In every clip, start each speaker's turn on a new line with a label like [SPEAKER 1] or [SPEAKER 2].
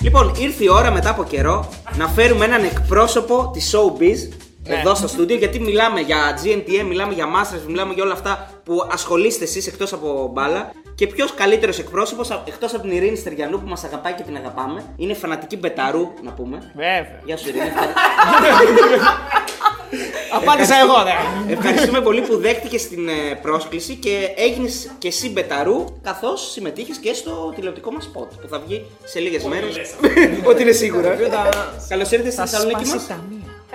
[SPEAKER 1] Λοιπόν, ήρθε η ώρα μετά από καιρό να φέρουμε έναν εκπρόσωπο της Showbiz
[SPEAKER 2] Ναι.
[SPEAKER 1] εδώ στο στούντιο. Γιατί μιλάμε για GNTM, μιλάμε για Masters, μιλάμε για όλα αυτά που ασχολείστε εσείς εκτός από μπάλα. Και ποιος καλύτερος εκπρόσωπος εκτός από την Ειρήνη Στεριανού που μας αγαπάει και την αγαπάμε. Είναι φανατική μπεταρού, να πούμε.
[SPEAKER 2] Βέβαια.
[SPEAKER 1] Γεια σου, Ειρήνη.
[SPEAKER 2] Απάντησα εγώ, ναι.
[SPEAKER 1] Ευχαριστούμε πολύ που δέχτηκες την ε, πρόσκληση και έγινες και εσύ μπεταρού, καθώς συμμετείχες και στο τηλεοπτικό μας spot που θα βγει σε λίγες μέρε. Ότι είναι σίγουρα. Καλώ ήρθατε στη Θεσσαλονίκη μα.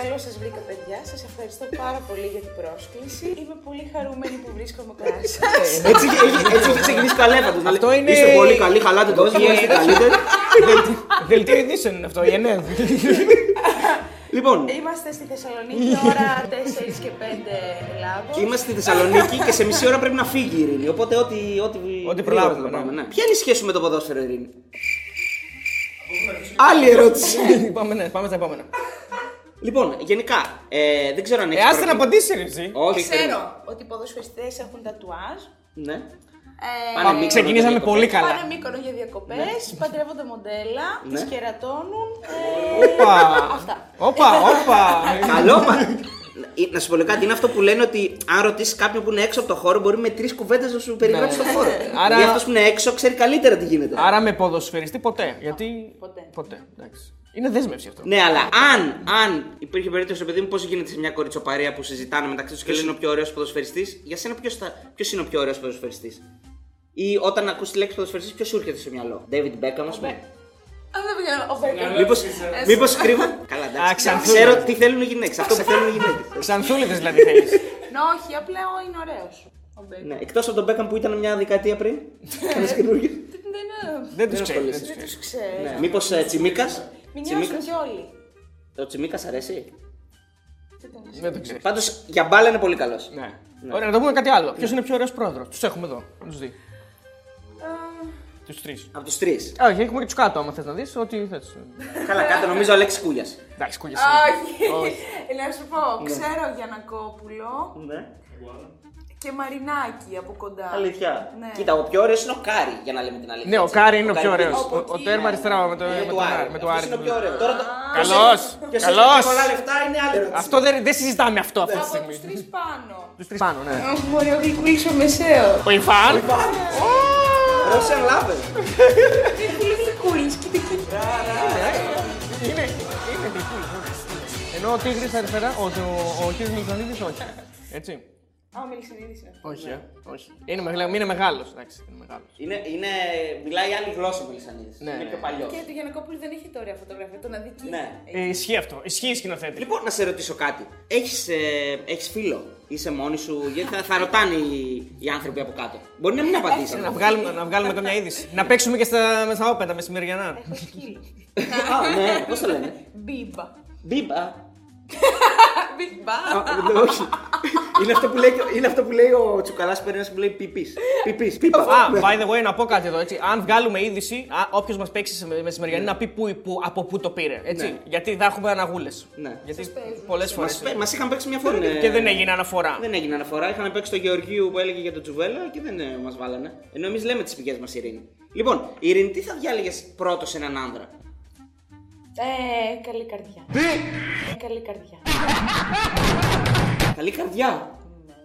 [SPEAKER 3] Καλώς σας βρήκα παιδιά, σας ευχαριστώ πάρα πολύ για την πρόσκληση. Είμαι πολύ χαρούμενη που βρίσκομαι κοντά σας.
[SPEAKER 1] Έτσι έχει- έτσι έχει ξεκινήσει καλέφα του.
[SPEAKER 2] Αυτό είναι-
[SPEAKER 1] Δηλαδή, Είστε πολύ καλοί, χαλάτε το όχι, είστε καλύτεροι.
[SPEAKER 2] Δελτίο ειδήσεων είναι αυτό, γενναίο.
[SPEAKER 1] Λοιπόν,
[SPEAKER 3] Είμαστε στη Θεσσαλονίκη ώρα 4 και 5 Ελλάδος.
[SPEAKER 1] είμαστε στη Θεσσαλονίκη και σε μισή ώρα πρέπει να φύγει η Ειρήνη. Οπότε ό,τι. Ό,τι,
[SPEAKER 2] Ό,τι προλάβουμε,
[SPEAKER 1] θα το πάμε,
[SPEAKER 2] ναι.
[SPEAKER 1] ναι. Ποια είναι η σχέση σου με το ποδόσφαιρο, Ειρήνη. Άλλη ερώτηση.
[SPEAKER 2] Πάμε, ναι, πάμε στα επόμενα.
[SPEAKER 1] Λοιπόν, γενικά, ε, δεν ξέρω αν
[SPEAKER 2] Ε,
[SPEAKER 1] έχει.
[SPEAKER 2] άστε να απαντήσεις, ρε, εσύ.
[SPEAKER 1] Όχι, περίμενε.
[SPEAKER 3] Ξέρω ότι οι ποδοσφαιριστές έχουν τατουάζ.
[SPEAKER 1] Ναι.
[SPEAKER 3] Ε,
[SPEAKER 1] Πάνε Μύκονο
[SPEAKER 2] ξεκινήσαμε
[SPEAKER 1] για διακοπές.
[SPEAKER 2] πολύ καλά.
[SPEAKER 3] Πάνε Μύκονο για διακοπές, παντρεύονται μοντέλα,
[SPEAKER 1] Ναι.
[SPEAKER 3] τις κερατώνουν. ε,
[SPEAKER 2] Όπα.
[SPEAKER 3] Αυτά.
[SPEAKER 2] Όπα, όπα.
[SPEAKER 1] Καλό, μα. Ε, Να σου πω λίγο κάτι, είναι αυτό που λένε ότι αν ρωτήσεις κάποιον που είναι έξω από το χώρο, μπορεί με τρεις κουβέντες να σου περιγράψει
[SPEAKER 2] Ναι.
[SPEAKER 1] το χώρο.
[SPEAKER 2] Άρα-
[SPEAKER 1] Άρα... Γιατί αυτός που είναι έξω ξέρει καλύτερα τι γίνεται.
[SPEAKER 2] Άρα με ποδοσφαιριστή ποτέ. Γιατί.
[SPEAKER 3] Ποτέ.
[SPEAKER 2] Ποτέ. εντάξει. Είναι δέσμευση αυτό.
[SPEAKER 1] Ναι, αλλά αν, αν υπήρχε περίπτωση, ρε παιδί μου, πώς γίνεται σε μια κοριτσοπαρία που συζητάνε μεταξύ τους και λένε ο πιο ωραίος ποδοσφαιριστής, για σένα ποιος ποιος είναι ο πιο ωραίος ποδοσφαιριστής. Ή όταν ακούς τη λέξη ποδοσφαιριστής, ποιος σου έρχεται στο μυαλό. David Beckham, ας πούμε.
[SPEAKER 3] Α, δεν βγαίνω. Ο Μπέκαμ.
[SPEAKER 1] Μήπως, μήπως κρύβουν. Καλά,
[SPEAKER 2] Α,
[SPEAKER 1] εντάξει.
[SPEAKER 2] ξανθούλες.
[SPEAKER 1] Ξέρω τι θέλουν οι γυναίκες. Αυτό που θέλουν οι γυναίκες.
[SPEAKER 2] Ξανθούλιδε δηλαδή θέλεις.
[SPEAKER 3] Ναι, όχι, απλά είναι ωραίος. Ο Μπέκαμ.
[SPEAKER 1] Ναι, εκτός από τον Μπέκαμ που ήταν μια δεκαετία πριν. Ένας καινούργιος.
[SPEAKER 3] Δεν-
[SPEAKER 2] Δεν τους ξέρει.
[SPEAKER 1] ασχολείσαι.
[SPEAKER 2] δεν τους
[SPEAKER 3] Δεν
[SPEAKER 2] ξέρει.
[SPEAKER 3] τους ξέρω.
[SPEAKER 1] Ναι. Μήπως Τσιμίκα.
[SPEAKER 3] Μην νιώσουν κι όλοι.
[SPEAKER 1] Ο Τσιμίκας αρέσει.
[SPEAKER 3] Τι τον
[SPEAKER 2] Δεν το ξέρει.
[SPEAKER 1] Πάντως για μπάλα είναι πολύ καλός.
[SPEAKER 2] Ναι. Ωραία, να το πούμε κάτι άλλο. Ποιος είναι πιο ωραίος πρόεδρος. Τους έχουμε εδώ. Του δύο.
[SPEAKER 3] Ε,
[SPEAKER 2] Τους τρεις.
[SPEAKER 1] Από τους τρεις.
[SPEAKER 2] Όχι, έχουμε και τους κάτω, άμα θες να δεις. Ό,τι θες.
[SPEAKER 1] Καλά, κάτω νομίζω Αλέξης Κούλιας.
[SPEAKER 2] Εντάξει, κούγε.
[SPEAKER 3] Όχι. Να σου πω, ξέρω Γιανακόπουλο
[SPEAKER 1] Ναι.
[SPEAKER 3] και Μαρινάκη από κοντά.
[SPEAKER 1] Αλήθεια.
[SPEAKER 3] Ναι.
[SPEAKER 1] Κοίτα, ο πιο ωραίος είναι ο Κάρι, για να λέμε την αλήθεια.
[SPEAKER 2] Ναι, ο
[SPEAKER 1] έτσι.
[SPEAKER 2] Κάρι είναι ο πιο
[SPEAKER 1] Κάρι
[SPEAKER 2] ωραίο.
[SPEAKER 1] είναι
[SPEAKER 3] από
[SPEAKER 2] Ο
[SPEAKER 3] εκεί,
[SPEAKER 2] τέρμα
[SPEAKER 3] ναι.
[SPEAKER 2] αριστερά με τον-
[SPEAKER 1] ο-
[SPEAKER 2] με
[SPEAKER 1] του
[SPEAKER 2] τον Άρη. με τον
[SPEAKER 1] Αυτός είναι ο
[SPEAKER 2] Άρη.
[SPEAKER 1] πιο ωραίος. Τώρα το.
[SPEAKER 2] Καλώς, καλώς.
[SPEAKER 1] Πολλά λεφτά είναι άλλη ερώτηση.
[SPEAKER 2] Αυτό δεν δεν συζητάμε αυτό αυτή τη
[SPEAKER 3] Από τους
[SPEAKER 2] στιγμή.
[SPEAKER 3] τρεις πάνω.
[SPEAKER 2] Τους τρεις πάνω, ναι.
[SPEAKER 3] Μωρέ, ο Γλυκούλης ο Μεσαίος.
[SPEAKER 2] Ο Ιφάν.
[SPEAKER 1] Russian lover.
[SPEAKER 3] Γλυκούλη Γλυκούλης, κοίτα κοίτα.
[SPEAKER 2] Είναι, είναι γλυκούλης, ναι. Ενώ ο Τίγρης αριστερά, ο, ο, ο κύριος Μιλτανίδης όχι. Έτσι.
[SPEAKER 3] Α, ο Μελισσανίδης είναι.
[SPEAKER 2] Όχι, ε, όχι. Είναι, μεγαλ, είναι μεγάλος, εντάξει, είναι μεγάλος.
[SPEAKER 1] Είναι, είναι, μιλάει άλλη γλώσσα ο Μελισανίδης.
[SPEAKER 2] Ναι,
[SPEAKER 1] είναι
[SPEAKER 2] ναι.
[SPEAKER 1] πιο παλιός.
[SPEAKER 3] Και το Γιανακόπουλο δεν έχει τώρα φωτογραφία, τον αδικεί.
[SPEAKER 1] Ναι.
[SPEAKER 2] Ε, ισχύει αυτό, ισχύει η σκηνοθέτη.
[SPEAKER 1] Λοιπόν, να σε ρωτήσω κάτι. Έχεις ε, έχεις φίλο, είσαι μόνη σου, γιατί θα, θα ρωτάνε οι, οι άνθρωποι από κάτω. Μπορεί να μην απαντήσει.
[SPEAKER 2] Να βγάλουμε, να βγάλουμε καμιά είδηση. να παίξουμε και στα, στα όπεν τα μεσημεριανά.
[SPEAKER 3] Έχω σκύλο.
[SPEAKER 1] Α, ναι, πώς το λένε.
[SPEAKER 3] Μπίμπα.
[SPEAKER 1] Μπίμπα.
[SPEAKER 3] Μπίμπα.
[SPEAKER 1] Όχι. Είναι αυτό που λέει, είναι αυτό που λέει ο Τσουκαλάς Περίνας που λέει πιπί. Πιπί.
[SPEAKER 2] Α, by the way, να πω κάτι εδώ. Έτσι. Αν βγάλουμε είδηση, όποιος μας παίξει σε με- μεσημεριανή να πει που, που, από πού το πήρε. Έτσι.
[SPEAKER 1] Ναι.
[SPEAKER 2] Γιατί θα έχουμε αναγούλες.
[SPEAKER 1] Ναι.
[SPEAKER 2] Γιατί πολλές φορές.
[SPEAKER 1] Μας είχαν παίξει μια φορά. ε,
[SPEAKER 2] Και δεν έγινε αναφορά.
[SPEAKER 1] Δεν έγινε αναφορά. Είχαν παίξει το Γεωργίου που έλεγε για τον Τζουβέλα και δεν μας βάλανε. Ενώ εμείς λέμε τις πηγές μας Ειρήνη. Λοιπόν, Ειρήνη, τι θα διάλεγες πρώτος σε έναν άνδρα.
[SPEAKER 3] Ε, καλή καρδιά. Ε, Καλή καρδιά.
[SPEAKER 1] Καλή καρδιά.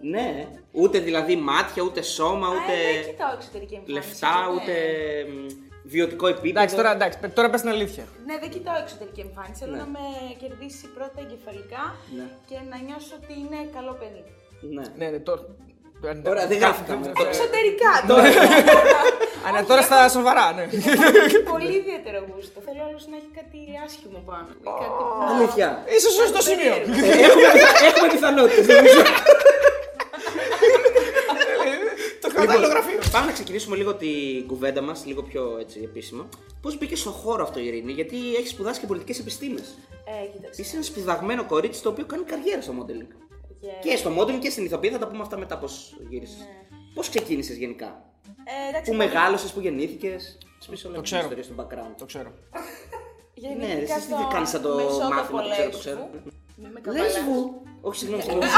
[SPEAKER 1] Ναι. Ούτε δηλαδή μάτια, ούτε σώμα, ούτε
[SPEAKER 3] Α, ε, ναι, δεν κοιτάω εξωτερική εμφάνιση.
[SPEAKER 1] λεφτά,
[SPEAKER 3] ναι.
[SPEAKER 1] ούτε μ, βιωτικό επίπεδο.
[SPEAKER 2] Εντάξει, τώρα, εντάξει, τώρα πες την αλήθεια.
[SPEAKER 3] Ναι, δεν κοιτάω εξωτερική εμφάνιση. Θέλω να με κερδίσει πρώτα εγκεφαλικά
[SPEAKER 1] Ναι.
[SPEAKER 3] και να νιώσω ότι είναι καλό παιδί.
[SPEAKER 1] Ναι.
[SPEAKER 2] Ναι, ναι, τώρα.
[SPEAKER 1] Ωραία, δεν γράφτηκαμε. ναι.
[SPEAKER 3] Εξωτερικά τώρα.
[SPEAKER 2] Α, ναι, τώρα στα σοβαρά, ναι.
[SPEAKER 3] Έχει πολύ ιδιαίτερο γούστο. Θέλω άλλος να έχει κάτι άσχημο πάνω. του, Κάτι που θα-
[SPEAKER 1] Αλήθεια.
[SPEAKER 2] Είσαι σωστό σημείο.
[SPEAKER 1] Ε, Έχουμε, έχουμε πιθανότητες.
[SPEAKER 2] Το κατάλληλο γραφείο.
[SPEAKER 1] Λοιπόν, Πάμε να ξεκινήσουμε λίγο την κουβέντα μας, λίγο πιο έτσι, επίσημα. Πώς μπήκε στο χώρο αυτό, Ειρήνη, γιατί έχεις σπουδάσει και πολιτικές επιστήμες.
[SPEAKER 3] Ε, κοίταξε.
[SPEAKER 1] Είσαι ένα σπουδαγμένο κορίτσι το οποίο κάνει καριέρα στο modeling.
[SPEAKER 3] Yeah.
[SPEAKER 1] Και στο modeling και στην ηθοποιία, θα τα πούμε αυτά μετά πώς γύρισες.
[SPEAKER 3] Ναι.
[SPEAKER 1] Πώς ξεκίνησες γενικά,
[SPEAKER 3] Ε, εντάξει,
[SPEAKER 1] Πού μεγάλωσες, που γεννήθηκες. Πίσω όλα την
[SPEAKER 2] ξέρω.
[SPEAKER 1] ιστορία στο background.
[SPEAKER 2] Το ξέρω.
[SPEAKER 3] γεννήθηκα
[SPEAKER 1] Ναι, ρε, εσύ
[SPEAKER 3] στο
[SPEAKER 1] τι κάνεις σαν το
[SPEAKER 3] Μεσότοπο
[SPEAKER 1] μάθημα, το ξέρω, το ξέρω.
[SPEAKER 3] Λέσβου. Μη με καβαλάς. Ναι.
[SPEAKER 1] Λέσβου! Όχι, συγγνώμη, συγγνώμη.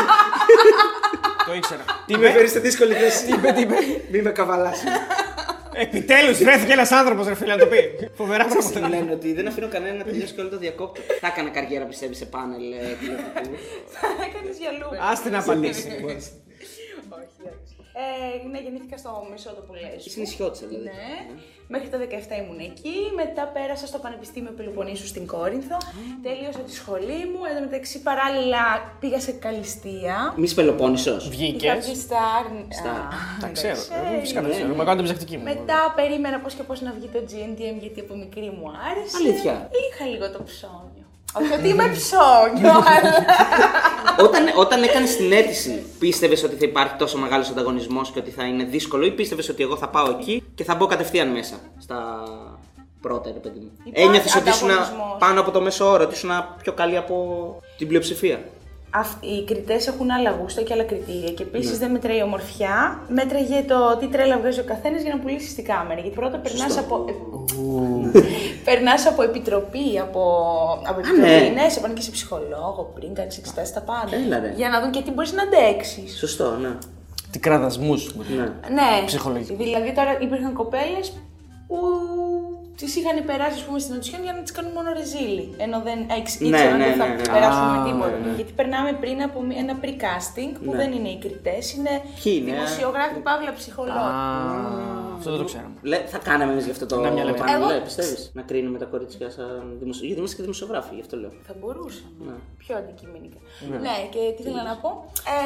[SPEAKER 2] Το ήξερα.
[SPEAKER 1] Τι με φέρει σε δύσκολη θέση.
[SPEAKER 2] είπε, τι είπε.
[SPEAKER 1] Μη με καβαλάς.
[SPEAKER 2] Επιτέλους βρέθηκε ένας άνθρωπος, ρε φίλε, να το πει. Φοβερά
[SPEAKER 1] Μου
[SPEAKER 2] πράγματα.
[SPEAKER 1] λένε ότι δεν αφήνω κανένα να τελειώσει και όλο το διακόπτω. Θα έκανα καριέρα, πιστεύεις, σε πάνελ ε, τηλεοπτικού.
[SPEAKER 3] Θα έκανες για λούμπα.
[SPEAKER 2] Ας την απαντήσει.
[SPEAKER 3] Όχι, εντάξει. Ε, ναι, γεννήθηκα στο μισό το Πουλέσου.
[SPEAKER 1] Είσαι νησιώτησα, δηλαδή.
[SPEAKER 3] Ναι. Μέχρι τα 17 ήμουν εκεί. Μετά πέρασα στο Πανεπιστήμιο Πελοποννήσου στην Κόρινθο. Τελείωσα τη σχολή μου. Εν τω μεταξύ παράλληλα πήγα σε Καλυστία.
[SPEAKER 1] Μη Πελοπόννησος.
[SPEAKER 3] Είχα
[SPEAKER 2] Βγήκε.
[SPEAKER 3] βγει στα...
[SPEAKER 1] Στα-
[SPEAKER 2] Τα ξέρω.
[SPEAKER 3] Ναι.
[SPEAKER 2] ε, Φυσικά τα ξέρω. Μα κάνω την ψυχτική μου.
[SPEAKER 3] Μετά περίμενα πώς και πώς να βγει το GNTM γιατί από μικρή μου άρεσε.
[SPEAKER 1] Αλήθεια.
[SPEAKER 3] Είχα λίγο το ψώνιο. Όχι ότι είμαι ψώνιο, αλλά...
[SPEAKER 1] όταν όταν έκανες την αίτηση, πίστευες ότι θα υπάρχει τόσο μεγάλος ανταγωνισμός και ότι θα είναι δύσκολο, ή πίστευες ότι εγώ θα πάω εκεί και θα μπω κατευθείαν μέσα στα πρώτα, ρε παιδί μου.
[SPEAKER 3] Υπάρχει
[SPEAKER 1] Ένιωθες ότι ήσουν
[SPEAKER 3] ανταγωνισμός.
[SPEAKER 1] πάνω από το μέσο όρο, ότι ήσουν πιο καλή από την πλειοψηφία.
[SPEAKER 3] Αυτ- οι κριτές έχουν άλλα γούστα και άλλα κριτήρια. Και επίσης
[SPEAKER 1] Ναι.
[SPEAKER 3] δεν μετράει η ομορφιά, μέτραγε το τι τρέλα βγάζει ο καθένας για να πουλήσει την κάμερα. Γιατί πρώτα περνάς από. περνάς από επιτροπή, από, από επιτροπή.
[SPEAKER 1] ναι.
[SPEAKER 3] ναι, σε πάνε και σε ψυχολόγο πριν κάνεις εξετάσεις τα πάντα.
[SPEAKER 1] Έλα, ρε.
[SPEAKER 3] Για να δουν και τι μπορείς να αντέξεις.
[SPEAKER 1] Σωστό, ναι.
[SPEAKER 2] Τι κραδασμούς μου.
[SPEAKER 1] ναι.
[SPEAKER 3] Ναι.
[SPEAKER 2] Ψυχολογικό.
[SPEAKER 3] Δηλαδή τώρα υπήρχαν κοπέλες που τις είχαν περάσει ας πούμε, στην οντισιόν για να τις κάνουν μόνο ρεζίλι. Ενώ δεν έξ-
[SPEAKER 1] Ναι,
[SPEAKER 3] ήξεραν
[SPEAKER 1] ναι,
[SPEAKER 3] ότι θα
[SPEAKER 1] ναι, ναι.
[SPEAKER 3] περάσουν
[SPEAKER 2] Α,
[SPEAKER 3] με τίποτα.
[SPEAKER 2] ναι.
[SPEAKER 3] Γιατί περνάμε πριν από μία- ένα pre-casting που
[SPEAKER 1] Ναι.
[SPEAKER 3] δεν είναι οι κριτές, είναι,
[SPEAKER 1] Ποιοι είναι, ε?
[SPEAKER 3] δημοσιογράφοι παύλα ψυχολόγοι.
[SPEAKER 2] Αυτό δεν το ξέραμε.
[SPEAKER 1] Λε, θα κάναμε εμείς γι' αυτό το
[SPEAKER 2] Να μια λέμε.
[SPEAKER 1] πάνελ,
[SPEAKER 3] Εγώ-
[SPEAKER 1] ε, πιστεύεις, Να κρίνουμε τα κορίτσια σαν δημοσιογράφοι. Γιατί είμαστε και δημοσιογράφοι, γι' αυτό λέω.
[SPEAKER 3] Θα μπορούσαμε.
[SPEAKER 1] Ναι.
[SPEAKER 3] Πιο αντικειμενικά. Ναι, και τι θέλω να πω. Ε,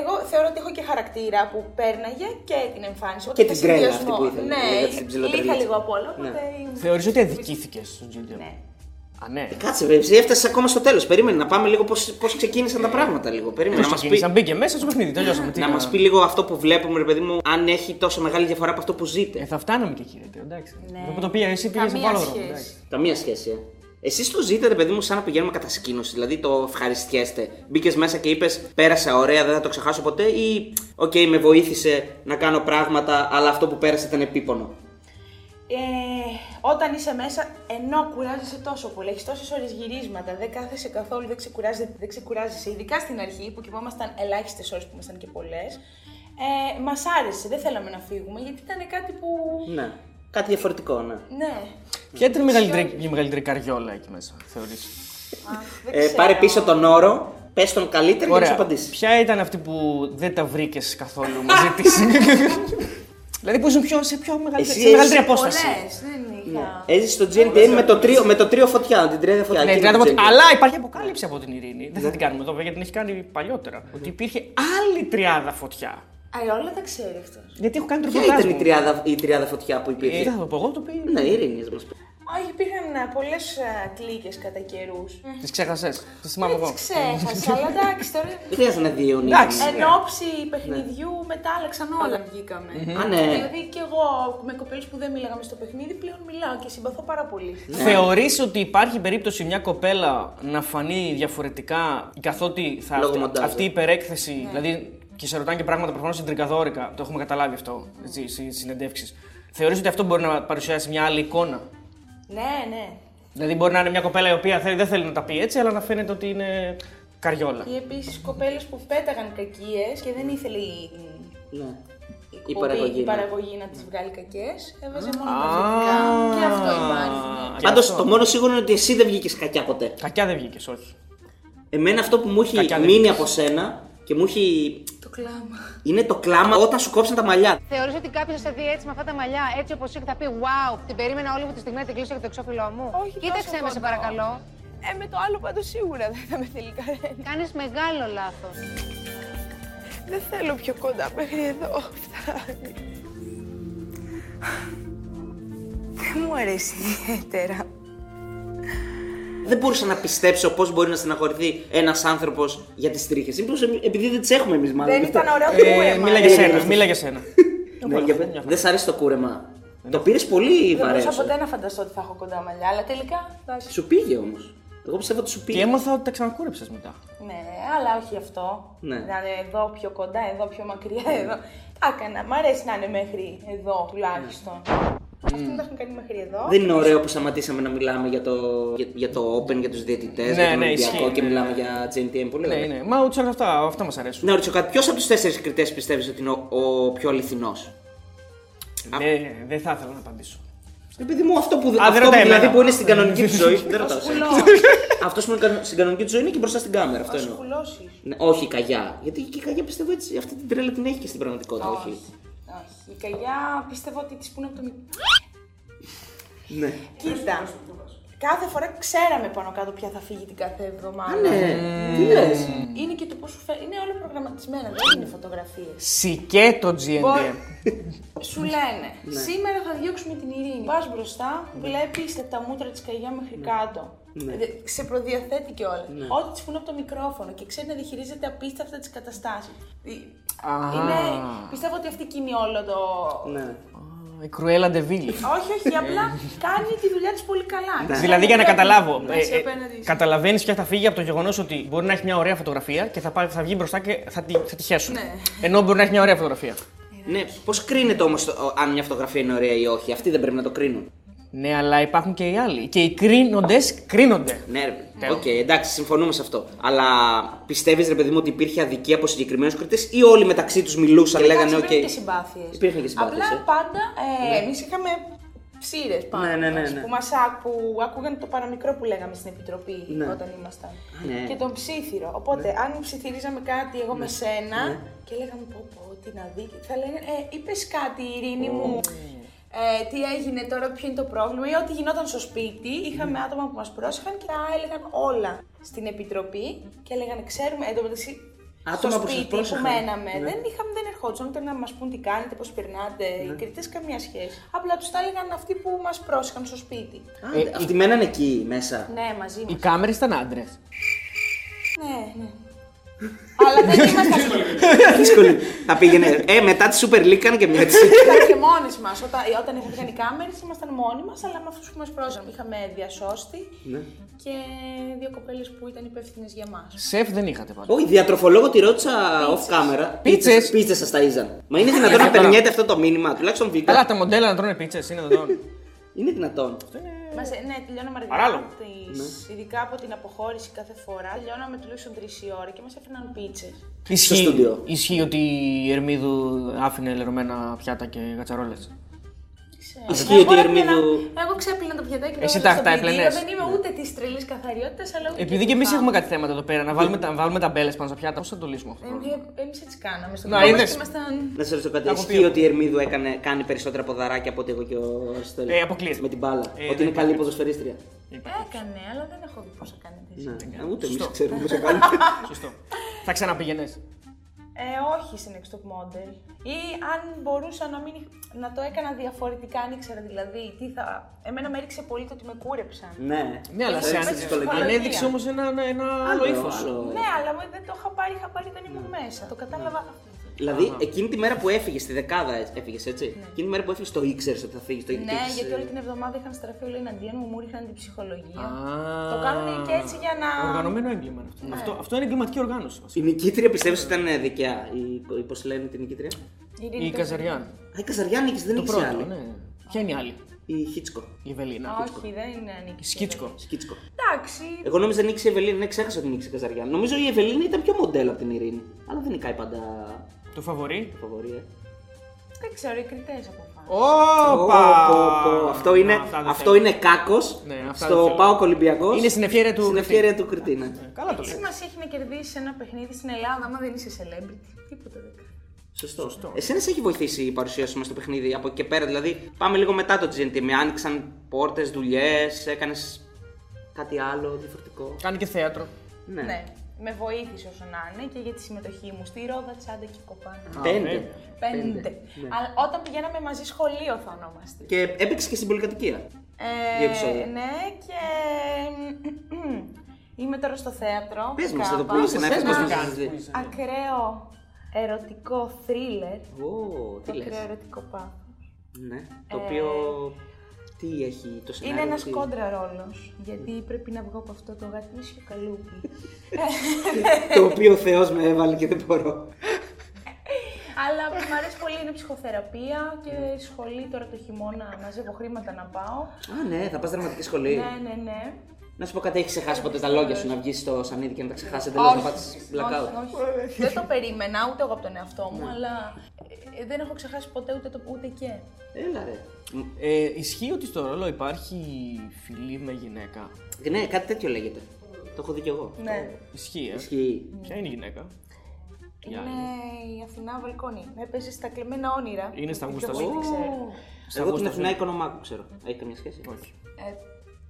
[SPEAKER 3] εγώ θεωρώ ότι έχω και χαρακτήρα που πέρναγε και την εμφάνιση.
[SPEAKER 1] Και
[SPEAKER 3] Οπότε
[SPEAKER 1] την
[SPEAKER 3] θα
[SPEAKER 1] τρέλα αυτή
[SPEAKER 3] συνδυασμό.
[SPEAKER 1] που ήθελε,
[SPEAKER 3] Ναι,
[SPEAKER 1] δηλαδή, την ψηλότερη
[SPEAKER 3] είχα
[SPEAKER 1] λίτσα.
[SPEAKER 3] λίγο απ' όλα. Οπότε...
[SPEAKER 1] Ναι.
[SPEAKER 3] ήμουν-
[SPEAKER 2] Θεωρείς ότι αδικήθηκες στο GTM.
[SPEAKER 3] Ναι.
[SPEAKER 2] Α, ναι.
[SPEAKER 1] Κάτσε, ρε, εσύ έφτασες ακόμα στο τέλος. Περίμενε να πάμε λίγο πώς ξεκίνησαν τα πράγματα. Λίγο. Περίμενε, να μας πει,
[SPEAKER 2] Ξεκίνησαν, μπήκε μέσα στο παιχνίδι, τελειώσαμε. τι
[SPEAKER 1] να μας πει λίγο αυτό που βλέπουμε, ρε παιδί μου, αν έχει τόσο μεγάλη διαφορά από αυτό που
[SPEAKER 2] Ε,
[SPEAKER 1] ζείτε.
[SPEAKER 2] θα φτάναμε και εκεί, ρε, τί, εντάξει.
[SPEAKER 3] Ναι.
[SPEAKER 2] Ναι. Το πήγα, εσύ πήγες σε
[SPEAKER 3] Καμία
[SPEAKER 2] άλλο δρόμο.
[SPEAKER 3] σχέση.
[SPEAKER 2] εντάξει.
[SPEAKER 1] Καμία σχέση, ε. Εσείς το ζείτε, ρε παιδί μου, σαν να πηγαίνουμε κατά σκήνωση. Δηλαδή το ευχαριστιέστε. Μπήκες μέσα και είπες, πέρασα ωραία, δεν θα το ξεχάσω ποτέ. Ή, οκ, με βοήθησε να κάνω πράγματα, αλλά αυτό που πέρασε ήταν επίπονο.
[SPEAKER 3] Ε, όταν είσαι μέσα, ενώ κουράζεσαι τόσο πολύ, έχεις τόσες ώρες γυρίσματα, δεν κάθεσαι καθόλου, δεν ξεκουράζεσαι, δεν ξεκουράζεσαι. Ειδικά στην αρχή που κοιμόμασταν ελάχιστες ώρες που ήμασταν και πολλές. Ε, Μας άρεσε, δεν θέλαμε να φύγουμε γιατί ήταν κάτι που.
[SPEAKER 1] Ναι. Κάτι διαφορετικό, ναι.
[SPEAKER 3] Ναι.
[SPEAKER 2] Ποια ήταν η μεγαλύτερη, η μεγαλύτερη καριόλα εκεί μέσα, θεωρείς.
[SPEAKER 3] Αχ, δεν
[SPEAKER 1] Ε,
[SPEAKER 3] ξέρω.
[SPEAKER 1] πάρε πίσω τον όρο, πες τον καλύτερο για να σου απαντήσει.
[SPEAKER 2] Ποια ήταν αυτή που δεν τα βρήκες καθόλου μαζί της. δηλαδή που ήσουν πιο, σε πιο μεγαλύτερη,
[SPEAKER 1] Εσύ
[SPEAKER 2] σε μεγαλύτερη
[SPEAKER 1] ήσουν
[SPEAKER 2] απόσταση.
[SPEAKER 3] Πολλές, δεν
[SPEAKER 1] Ναι.
[SPEAKER 3] είχα.
[SPEAKER 1] Έζησε το GNTN με το τρίο, με το τρίο φωτιά, την τρία φωτιά.
[SPEAKER 2] Ναι,
[SPEAKER 1] Εκείνη
[SPEAKER 2] τριάντα
[SPEAKER 1] την
[SPEAKER 2] ποτ-
[SPEAKER 1] GNTN.
[SPEAKER 2] Αλλά υπάρχει αποκάλυψη από την Ειρήνη. Δεν
[SPEAKER 1] Ναι.
[SPEAKER 2] θα την κάνουμε εδώ, βέβαια, γιατί την έχει κάνει παλιότερα. Ότι υπήρχε άλλη τριάδα φωτιά.
[SPEAKER 3] Αλλά ε, όλα τα ξέρει αυτός.
[SPEAKER 2] Γιατί έχω κάνει
[SPEAKER 1] Ποια
[SPEAKER 2] τροποτάζ
[SPEAKER 1] ήταν η
[SPEAKER 2] μου.
[SPEAKER 1] τριάδα, η τριάδα φωτιά που
[SPEAKER 2] Ε,
[SPEAKER 1] υπήρχε.
[SPEAKER 2] Δεν θα το πω εγώ, το πει.
[SPEAKER 1] Ναι, η ειρήνη μας πει.
[SPEAKER 3] Όχι, υπήρχαν ε, πολλές κλίκες κατά καιρούς.
[SPEAKER 2] Τις ξέχασες. Τις θυμάμαι
[SPEAKER 3] Δεν
[SPEAKER 2] εγώ.
[SPEAKER 3] τις ξέχασα, αλλά εντάξει τώρα.
[SPEAKER 1] Δεν χρειάζεται να διαιωνίζουν.
[SPEAKER 2] Εντάξει.
[SPEAKER 3] Εν ώψη παιχνιδιού
[SPEAKER 1] Ναι.
[SPEAKER 3] μετά άλλαξαν όλα. Βγήκαμε.
[SPEAKER 1] Α, ναι.
[SPEAKER 3] Δηλαδή και εγώ με κοπέλες που δεν μιλάγαμε στο παιχνίδι πλέον μιλάω και συμπαθώ πάρα πολύ.
[SPEAKER 1] Ναι.
[SPEAKER 2] Θεωρείς ότι υπάρχει περίπτωση μια κοπέλα να φανεί διαφορετικά καθότι θα
[SPEAKER 1] Λόγω
[SPEAKER 2] αυτή,
[SPEAKER 1] μοντάζ, ε. Ναι.
[SPEAKER 2] αυτή η υπερέκθεση, δηλαδή και σε ρωτάνε και πράγματα προφανώς συντρικαδόρικα, το έχουμε καταλάβει αυτό έτσι, στις συνεντεύξεις. Θεωρείς ότι αυτό μπορεί να παρουσιάσει μια άλλη εικόνα.
[SPEAKER 3] Ναι, ναι.
[SPEAKER 2] Δηλαδή μπορεί να είναι μια κοπέλα η οποία θέλει, δεν θέλει να τα πει έτσι, αλλά να φαίνεται ότι είναι καριόλα.
[SPEAKER 3] Ή επίσης κοπέλες που πέταγαν κακίες και δεν ήθελε η,
[SPEAKER 1] Ναι.
[SPEAKER 3] η,
[SPEAKER 1] Η
[SPEAKER 3] εκπομπή,
[SPEAKER 1] παραγωγή,
[SPEAKER 3] η
[SPEAKER 1] ναι.
[SPEAKER 3] παραγωγή να τις βγάλει κακέ. Έβαζε μόνο τα θετικά. Και αυτό υπάρχει. ναι.
[SPEAKER 2] Και
[SPEAKER 1] Πάντως
[SPEAKER 2] αυτό.
[SPEAKER 1] το μόνο σίγουρο είναι ότι εσύ δεν βγήκες κακιά ποτέ.
[SPEAKER 2] Κακιά δεν βγήκες, όχι.
[SPEAKER 1] Εμένα αυτό που μου έχει
[SPEAKER 2] Κακιά δεν
[SPEAKER 1] μείνει
[SPEAKER 2] βγήκες.
[SPEAKER 1] από σένα και μου έχει.
[SPEAKER 3] Το κλάμα.
[SPEAKER 1] είναι το κλάμα όταν σου κόψαν τα μαλλιά.
[SPEAKER 4] Θεωρείς ότι κάποιος θα σε δει έτσι με αυτά τα μαλλιά, έτσι όπως είχε, θα πει Wow, την περίμενα όλη μου τη στιγμή να την κλείσω για το εξώφυλλό μου.
[SPEAKER 5] Όχι
[SPEAKER 4] Κοίταξε
[SPEAKER 5] τόσο
[SPEAKER 4] με, σε
[SPEAKER 5] κοντό.
[SPEAKER 4] παρακαλώ.
[SPEAKER 5] Ε, με το άλλο πάντως σίγουρα δεν θα με θέλει κανένα.
[SPEAKER 4] Κάνεις μεγάλο λάθος.
[SPEAKER 5] Δεν θέλω πιο κοντά μέχρι εδώ. Φτάνει. Δεν μου αρέσει ιδιαίτερα.
[SPEAKER 1] Δεν μπορούσα να πιστέψω πώς μπορεί να στεναχωρηθεί ένας άνθρωπος για τις τρίχες. Μήπως εμ- επειδή δεν τις έχουμε εμείς, μάλλον.
[SPEAKER 3] Δεν
[SPEAKER 1] γι' αυτό.
[SPEAKER 3] ήταν ωραίο
[SPEAKER 2] Ε,
[SPEAKER 3] κουρέμα.
[SPEAKER 2] μίλα για
[SPEAKER 1] ε,
[SPEAKER 2] σένα,
[SPEAKER 1] ε,
[SPEAKER 2] μίλα για σένα.
[SPEAKER 1] Ναι, για πε- Δεν σ' αρέσει το κούρεμα. Το πήρες πολύ
[SPEAKER 3] Δεν μπορούσα
[SPEAKER 1] βαρέως.
[SPEAKER 3] ποτέ να φανταστώ ότι θα έχω κοντά μαλλιά, αλλά τελικά. εντάξει.
[SPEAKER 1] Σου πήγε όμως. Εγώ πιστεύω ότι σου
[SPEAKER 2] Και
[SPEAKER 1] πήγε.
[SPEAKER 2] έμαθα ότι τα ξανακούρεψες μετά.
[SPEAKER 3] Ναι, αλλά όχι αυτό.
[SPEAKER 1] Ναι.
[SPEAKER 3] Να είναι εδώ πιο κοντά, εδώ πιο μακριά, εδώ. Τα έκανα. Μ' αρέσει να είναι μέχρι εδώ τουλάχιστον. Αυτό το έχουν κάνει μέχρι εδώ.
[SPEAKER 1] Ναι. Mm. Δεν είναι ωραίο που σταματήσαμε να μιλάμε για το, για, για το Open, για τους διαιτητές,
[SPEAKER 2] Ναι,
[SPEAKER 1] για τον
[SPEAKER 2] ναι,
[SPEAKER 1] Ολυμπιακό
[SPEAKER 2] ισχύει,
[SPEAKER 1] και
[SPEAKER 2] ναι.
[SPEAKER 1] μιλάμε για GNTM. Πολύ
[SPEAKER 2] Ναι,
[SPEAKER 1] ωραία.
[SPEAKER 2] ναι. Μα ούτως αυτά, αυτά μας αρέσουν.
[SPEAKER 1] Να ρωτήσω κάτι, ποιος από τους τέσσερις κριτές πιστεύεις ότι είναι ο, ο πιο αληθινός.
[SPEAKER 3] Ναι.
[SPEAKER 2] Δεν- Ναι, Δεν θα ήθελα να απαντήσω.
[SPEAKER 1] Ρε παιδί μου, αυτό που, αυτό
[SPEAKER 2] δεν ρωτάει
[SPEAKER 1] δηλαδή
[SPEAKER 2] εμένα.
[SPEAKER 1] που είναι στην κανονική του ζωή. δεν ρωτάω.
[SPEAKER 3] σκουλό.
[SPEAKER 1] Αυτός που είναι κανο- στην κανονική του ζωή είναι και μπροστά στην κάμερα. Αυτό εννοώ.
[SPEAKER 3] Σκουλώσει.
[SPEAKER 1] Ναι, όχι η καγιά. Γιατί και η καγιά πιστεύω έτσι, αυτή την τρέλα την έχει και στην πραγματικότητα. Όχι.
[SPEAKER 3] Όχι. Η καγιά πιστεύω ότι της πούνε από το μυ-
[SPEAKER 1] Ναι.
[SPEAKER 3] Κοίτα. Κάθε φορά ξέραμε πάνω κάτω ποια θα φύγει την κάθε εβδομάδα.
[SPEAKER 1] Α, ναι.
[SPEAKER 2] Ε.
[SPEAKER 1] Τι λες.
[SPEAKER 3] Είναι και το πώς σου φαίνεται. Είναι όλα προγραμματισμένα, δεν είναι φωτογραφίες.
[SPEAKER 2] Σικέ το GND.
[SPEAKER 3] Σου λένε, σήμερα θα διώξουμε την ειρήνη. Πας μπροστά, βλέπεις βλέπει τα μούτρα της καγιάς μέχρι κάτω. Δε- Σε προδιαθέτει κιόλα. Ό,τι της πούνε από το μικρόφωνο και ξέρει να διαχειρίζεται απίστευτα τις καταστάσεις.
[SPEAKER 2] Α.
[SPEAKER 3] Είναι... Πιστεύω ότι αυτή κινεί όλο το.
[SPEAKER 1] Ναι.
[SPEAKER 2] Η Κρουέλα Ντεβίλ.
[SPEAKER 3] Όχι, όχι, απλά κάνει τη δουλειά της πολύ καλά. Ξέρει
[SPEAKER 2] Δηλαδή για να
[SPEAKER 3] πρέπει
[SPEAKER 2] καταλάβω.
[SPEAKER 3] να
[SPEAKER 2] ε,
[SPEAKER 3] Ναι. είσαι
[SPEAKER 2] ε,
[SPEAKER 3] απέναντι σου.
[SPEAKER 2] Καταλαβαίνεις ποια θα φύγει από το γεγονός ότι μπορεί να έχει μια ωραία φωτογραφία και θα, πάει, θα βγει μπροστά και θα τη, θα τη χέσουν.
[SPEAKER 3] Ναι.
[SPEAKER 2] Ενώ μπορεί να έχει μια ωραία φωτογραφία.
[SPEAKER 1] Ναι, πώς κρίνεται όμως αν μια φωτογραφία είναι ωραία ή όχι. Αυτοί δεν πρέπει να το κρίνουν.
[SPEAKER 2] Ναι, αλλά υπάρχουν και οι άλλοι. Και οι κρίνοντες κρίνονται.
[SPEAKER 1] Ναι, ρε. Οκ, εντάξει, συμφωνούμε σε αυτό. Αλλά πιστεύεις, ρε παιδί μου, ότι υπήρχε αδικία από συγκεκριμένους κριτές ή όλοι μεταξύ τους μιλούσαν, λέγανε, οκ.
[SPEAKER 3] Υπήρχαν και
[SPEAKER 2] Ε,
[SPEAKER 3] συμπάθειες.
[SPEAKER 1] Υπήρχαν και συμπάθειες,
[SPEAKER 3] Απλά
[SPEAKER 1] ε.
[SPEAKER 3] πάντα ε, εμείς είχαμε ψήρες πάνω.
[SPEAKER 1] Ναι, ναι, ναι,
[SPEAKER 3] μας,
[SPEAKER 1] ναι.
[SPEAKER 3] Που, μας, άκου- που άκουγαν το παραμικρό που λέγαμε στην επιτροπή όταν ήμασταν.
[SPEAKER 1] ναι.
[SPEAKER 3] Και τον ψήθυρο. Οπότε, αν ψιθυρίζαμε κάτι εγώ με σένα
[SPEAKER 1] Ναι.
[SPEAKER 3] και λέγαμε πω πω, τι να δει, θα λέγανε ε, είπες κάτι, Ειρήνη μου. Ε, τι έγινε τώρα, ποιο είναι το πρόβλημα, ή ό,τι γινόταν στο σπίτι. Είχαμε
[SPEAKER 1] Ναι.
[SPEAKER 3] άτομα που μας πρόσεχαν και τα έλεγαν όλα στην επιτροπή και έλεγαν, ξέρουμε, εν τω μεταξύ,
[SPEAKER 1] Άτομα
[SPEAKER 3] στο
[SPEAKER 1] που σας
[SPEAKER 3] σπίτι που
[SPEAKER 1] πρόσεχαν. Ναι.
[SPEAKER 3] μέναμε, δεν είχαμε, δεν ερχόντουσαν ούτε να μας πούν τι κάνετε, πώς περνάτε.
[SPEAKER 1] Ναι.
[SPEAKER 3] Οι κριτές καμία σχέση. Απλά τους τα έλεγαν αυτοί που μας πρόσεχαν στο σπίτι.
[SPEAKER 1] Α,
[SPEAKER 2] ε,
[SPEAKER 1] Αυτοί μέναν εκεί μέσα.
[SPEAKER 3] Ναι, μαζί μα.
[SPEAKER 2] Οι κάμερες ήταν άντρες.
[SPEAKER 3] Ναι, ναι. Αλλά δεν
[SPEAKER 1] Ναι.
[SPEAKER 3] ήμασταν Ναι.
[SPEAKER 1] Δύσκολη. Θα πήγαινε. Ε, μετά τη Super League κάνει και μια έτσι.
[SPEAKER 3] Ήταν και μόνοι μας. Όταν, ε, όταν έφυγαν οι κάμερες, ήμασταν μόνοι μας, αλλά με αυτούς που μα πρόσεχαν. Είχαμε διασώστη
[SPEAKER 1] Ναι.
[SPEAKER 3] και δύο κοπέλες που ήταν υπεύθυνες για μας.
[SPEAKER 2] Σεφ δεν είχατε πάντα.
[SPEAKER 1] Όχι, διατροφολόγο τη ρώτησα off camera.
[SPEAKER 2] Πίτσες. Ε,
[SPEAKER 1] Πίτσε σα ταΐζαν. Μα είναι δυνατόν να περνιέται αυτό το μήνυμα, τουλάχιστον βίντεο.
[SPEAKER 2] Καλά, τα μοντέλα να τρώνε πίτσες είναι εδώ.
[SPEAKER 1] Είναι δυνατόν.
[SPEAKER 3] Μας, ε, ναι, τελειώναμε
[SPEAKER 2] Παράλογο.
[SPEAKER 3] αργά. Τις,
[SPEAKER 1] Ναι.
[SPEAKER 3] Ειδικά από την αποχώρηση κάθε φορά. Τελειώναμε τουλάχιστον 3 η ώρα και μας έφερναν πίτσες.
[SPEAKER 1] στούντιο.
[SPEAKER 2] Ισχύει, ισχύει ότι η Ερμίδου άφηνε λερωμένα πιάτα και κατσαρόλες.
[SPEAKER 1] Ισχύει ότι η Ερμίδου.
[SPEAKER 3] Εγώ ξέπλυνα το πιατάκι
[SPEAKER 2] Εσύ
[SPEAKER 3] μου.
[SPEAKER 2] τα- τα έπλαινες.
[SPEAKER 3] Δεν είμαι ούτε της τρελής καθαριότητας, αλλά ούτε.
[SPEAKER 2] Επειδή και εμεί έχουμε κάτι θέματα εδώ πέρα, να βάλουμε, τα- να βάλουμε ταμπέλε πάνω στα πιάτα, πώς θα το λύσουμε αυτό. το πρόβλημα?
[SPEAKER 3] Εμείς έτσι κάναμε. Στο
[SPEAKER 2] Να,
[SPEAKER 3] δικό μας
[SPEAKER 2] είδες.
[SPEAKER 3] και ήμασταν.
[SPEAKER 1] Να σε ρωτήσω κάτι.
[SPEAKER 2] Τα έχω πει
[SPEAKER 1] Ισχύει
[SPEAKER 2] εγώ.
[SPEAKER 1] ότι η Ερμίδου έκανε, κάνει περισσότερα ποδαράκια από ότι εγώ και ο Αριστοτέλη.
[SPEAKER 2] Ε, αποκλείεται.
[SPEAKER 1] Με την μπάλα.
[SPEAKER 2] Ε,
[SPEAKER 1] ότι
[SPEAKER 2] δεν
[SPEAKER 1] είναι καλή ποδοσφαιρίστρια.
[SPEAKER 3] Έκανε, αλλά δεν έχω δει πόσα κάνει τη.
[SPEAKER 1] Ναι, ούτε εμείς ξέρουμε πόσο κάνει.
[SPEAKER 2] Σωστό. Θα ξαναπήγαινε.
[SPEAKER 3] Ε, όχι στην ex top model. Ή αν μπορούσα να, μην, είχ- να το έκανα διαφορετικά, αν ήξερα δηλαδή τι θα. Εμένα με έριξε πολύ το ότι με κούρεψαν.
[SPEAKER 1] Ναι.
[SPEAKER 2] Ναι, αλλά σε
[SPEAKER 1] Παίζει
[SPEAKER 2] ανε-
[SPEAKER 1] ψυχολογία.
[SPEAKER 2] ανέδειξε όμως ένα, ένα άλλο ύφος.
[SPEAKER 1] Άλλο.
[SPEAKER 3] Ναι, αλλά μου- δεν το είχα πάρει, είχα πάρει δεν
[SPEAKER 1] Ναι.
[SPEAKER 3] ήμουν μέσα. Το κατάλαβα.
[SPEAKER 1] Δηλαδή, εκείνη τη μέρα που έφυγες, στη δεκάδα έφυγες, έτσι. Εκείνη τη μέρα που έφυγες, το ήξερες ότι θα φύγεις. Το
[SPEAKER 3] Ναι,
[SPEAKER 1] ήξερες,
[SPEAKER 3] γιατί
[SPEAKER 1] ε,
[SPEAKER 3] όλη την εβδομάδα είχαν στραφεί όλοι εναντίον μου, μου ρίχναν την ψυχολογία. Το κάνουν και έτσι για να.
[SPEAKER 2] Οργανωμένο έγκλημα είναι αυτό. αυτό. Αυτό είναι εγκληματική οργάνωση. βασικά.
[SPEAKER 1] Η νικήτρια πιστεύεις ότι ήταν ε, δικιά. Η, πώς λένε την νικήτρια.
[SPEAKER 3] Ειρήνη,
[SPEAKER 2] Η
[SPEAKER 3] το-
[SPEAKER 2] Καζαριάν.
[SPEAKER 1] Α, η Καζαριά νίκησε, δεν
[SPEAKER 2] Το
[SPEAKER 1] νίκησε η
[SPEAKER 2] πρώτο,
[SPEAKER 1] άλλη.
[SPEAKER 2] ναι. Ποια είναι η άλλη,
[SPEAKER 1] Η Χίτσκο.
[SPEAKER 2] η Βελίνα.
[SPEAKER 3] Όχι, δεν είναι ανήκει.
[SPEAKER 2] Σκίτσκο.
[SPEAKER 1] Σκίτσκο.
[SPEAKER 3] Εντάξει.
[SPEAKER 1] Εγώ νόμιζα νίκησε η Ευελίνη, ναι, ξέχασα ότι νίκησε η Καζαριά. Νομίζω η Ευελίνη ήταν πιο μοντέλο από την Ειρήνη. Αλλά δεν νικάει πάντα
[SPEAKER 2] Το φαβορή.
[SPEAKER 1] φαβορή. ε.
[SPEAKER 3] Δεν ξέρω, οι κριτές αποφάσισαν.
[SPEAKER 2] Όπα!
[SPEAKER 1] Πω, πω, πω. Αυτό είναι,
[SPEAKER 2] Αυτά δεν
[SPEAKER 1] αυτό
[SPEAKER 2] θέλω.
[SPEAKER 1] είναι κάκος
[SPEAKER 2] Ναι, αυτά δεν
[SPEAKER 1] στο
[SPEAKER 2] θέλω.
[SPEAKER 1] Πάο Ολυμπιακός.
[SPEAKER 2] Είναι στην ευχέρεια του
[SPEAKER 1] Στην
[SPEAKER 2] Κρητή.
[SPEAKER 1] ευχέρεια του Κρητή, ναι.
[SPEAKER 2] Καλά το
[SPEAKER 3] Τι
[SPEAKER 2] λέω.
[SPEAKER 3] σημασία έχει να κερδίσει ένα παιχνίδι στην Ελλάδα, άμα δεν είσαι celebrity. Τίποτα δεν κάνει.
[SPEAKER 1] Σωστό. Σωστό. Εσένα σε έχει βοηθήσει η παρουσία σου μες στο παιχνίδι από εκεί και πέρα. Δηλαδή, πάμε λίγο μετά το GNT. Με άνοιξαν πόρτες, δουλειές, έκανες κάτι άλλο διαφορετικό.
[SPEAKER 2] Κάνει και θέατρο.
[SPEAKER 1] Ναι.
[SPEAKER 3] Ναι. Με βοήθησε όσο να είναι και για τη συμμετοχή μου στη Ρόδα, Τσάντα και Κοπάνα.
[SPEAKER 1] Πέντε.
[SPEAKER 3] Πέντε. Αλλά όταν πηγαίναμε μαζί σχολείο θα ονόμαστε.
[SPEAKER 1] Και έπαιξε και στην πολυκατοικία.
[SPEAKER 3] Ε,
[SPEAKER 1] Δύο επεισόδια.
[SPEAKER 3] ναι, και. Είμαι τώρα στο θέατρο.
[SPEAKER 1] Πες μας
[SPEAKER 3] κάπα.
[SPEAKER 1] εδώ που είσαι, να
[SPEAKER 2] Πες
[SPEAKER 1] έρθει
[SPEAKER 2] μας
[SPEAKER 1] να
[SPEAKER 2] τι
[SPEAKER 1] κάνεις.
[SPEAKER 2] κάνεις.
[SPEAKER 3] Ακραίο ερωτικό θρίλερ.
[SPEAKER 1] Ω, τι
[SPEAKER 3] Το ακραίο
[SPEAKER 1] λες.
[SPEAKER 3] ερωτικό πάθος.
[SPEAKER 1] Ναι. Το οποίο. Τι έχει το
[SPEAKER 3] Ε. Είναι
[SPEAKER 1] σενάριο.
[SPEAKER 3] ένας
[SPEAKER 1] τι-
[SPEAKER 3] κόντρα ρόλος.
[SPEAKER 2] Ναι.
[SPEAKER 3] Γιατί πρέπει να βγω από αυτό το γατήσιο καλούπι.
[SPEAKER 1] Το οποίο ο Θεός με έβαλε και δεν μπορώ.
[SPEAKER 3] Αλλά που μου αρέσει πολύ είναι ψυχοθεραπεία και σχολή τώρα το χειμώνα. Μαζεύω χρήματα να πάω.
[SPEAKER 2] Ε.
[SPEAKER 1] Α, ναι, θα πας δραματική σχολή.
[SPEAKER 3] Ναι, ναι, ναι.
[SPEAKER 1] Να σου πω κάτι, έχεις ξεχάσει ποτέ τα λόγια σου να βγεις στο σανίδι και να τα ξεχάσεις εντελώ. Να
[SPEAKER 3] Όχι,
[SPEAKER 1] πάτσει
[SPEAKER 3] όχι,
[SPEAKER 1] blackout.
[SPEAKER 3] όχι. Δεν το περίμενα ούτε εγώ από τον εαυτό
[SPEAKER 2] Ναι.
[SPEAKER 3] μου, αλλά ε, δεν έχω ξεχάσει ποτέ ούτε το ούτε και.
[SPEAKER 1] Έλα ρε. Μ,
[SPEAKER 2] Ε, ισχύει ότι στο ρόλο υπάρχει φιλή με γυναίκα.
[SPEAKER 1] Ναι, κάτι τέτοιο λέγεται. Το έχω δει κι εγώ.
[SPEAKER 3] Ναι.
[SPEAKER 2] Ισχύει, ε.
[SPEAKER 1] Ισχύει.
[SPEAKER 2] Ποια είναι η γυναίκα. Για-
[SPEAKER 3] Είναι η Αθηνά Βαλκόνη. Να παίζει στα κλεμμένα όνειρα.
[SPEAKER 2] Είναι στα
[SPEAKER 3] Ποιο
[SPEAKER 2] γούστα
[SPEAKER 3] πολύ
[SPEAKER 2] σου.
[SPEAKER 3] την ξέρω.
[SPEAKER 2] Στα
[SPEAKER 1] Εγώ την
[SPEAKER 2] γούστα σου.
[SPEAKER 1] Αθηνά Οικονομάκου ξέρω. Έχει καμία σχέση.
[SPEAKER 2] Όχι.
[SPEAKER 3] Ε,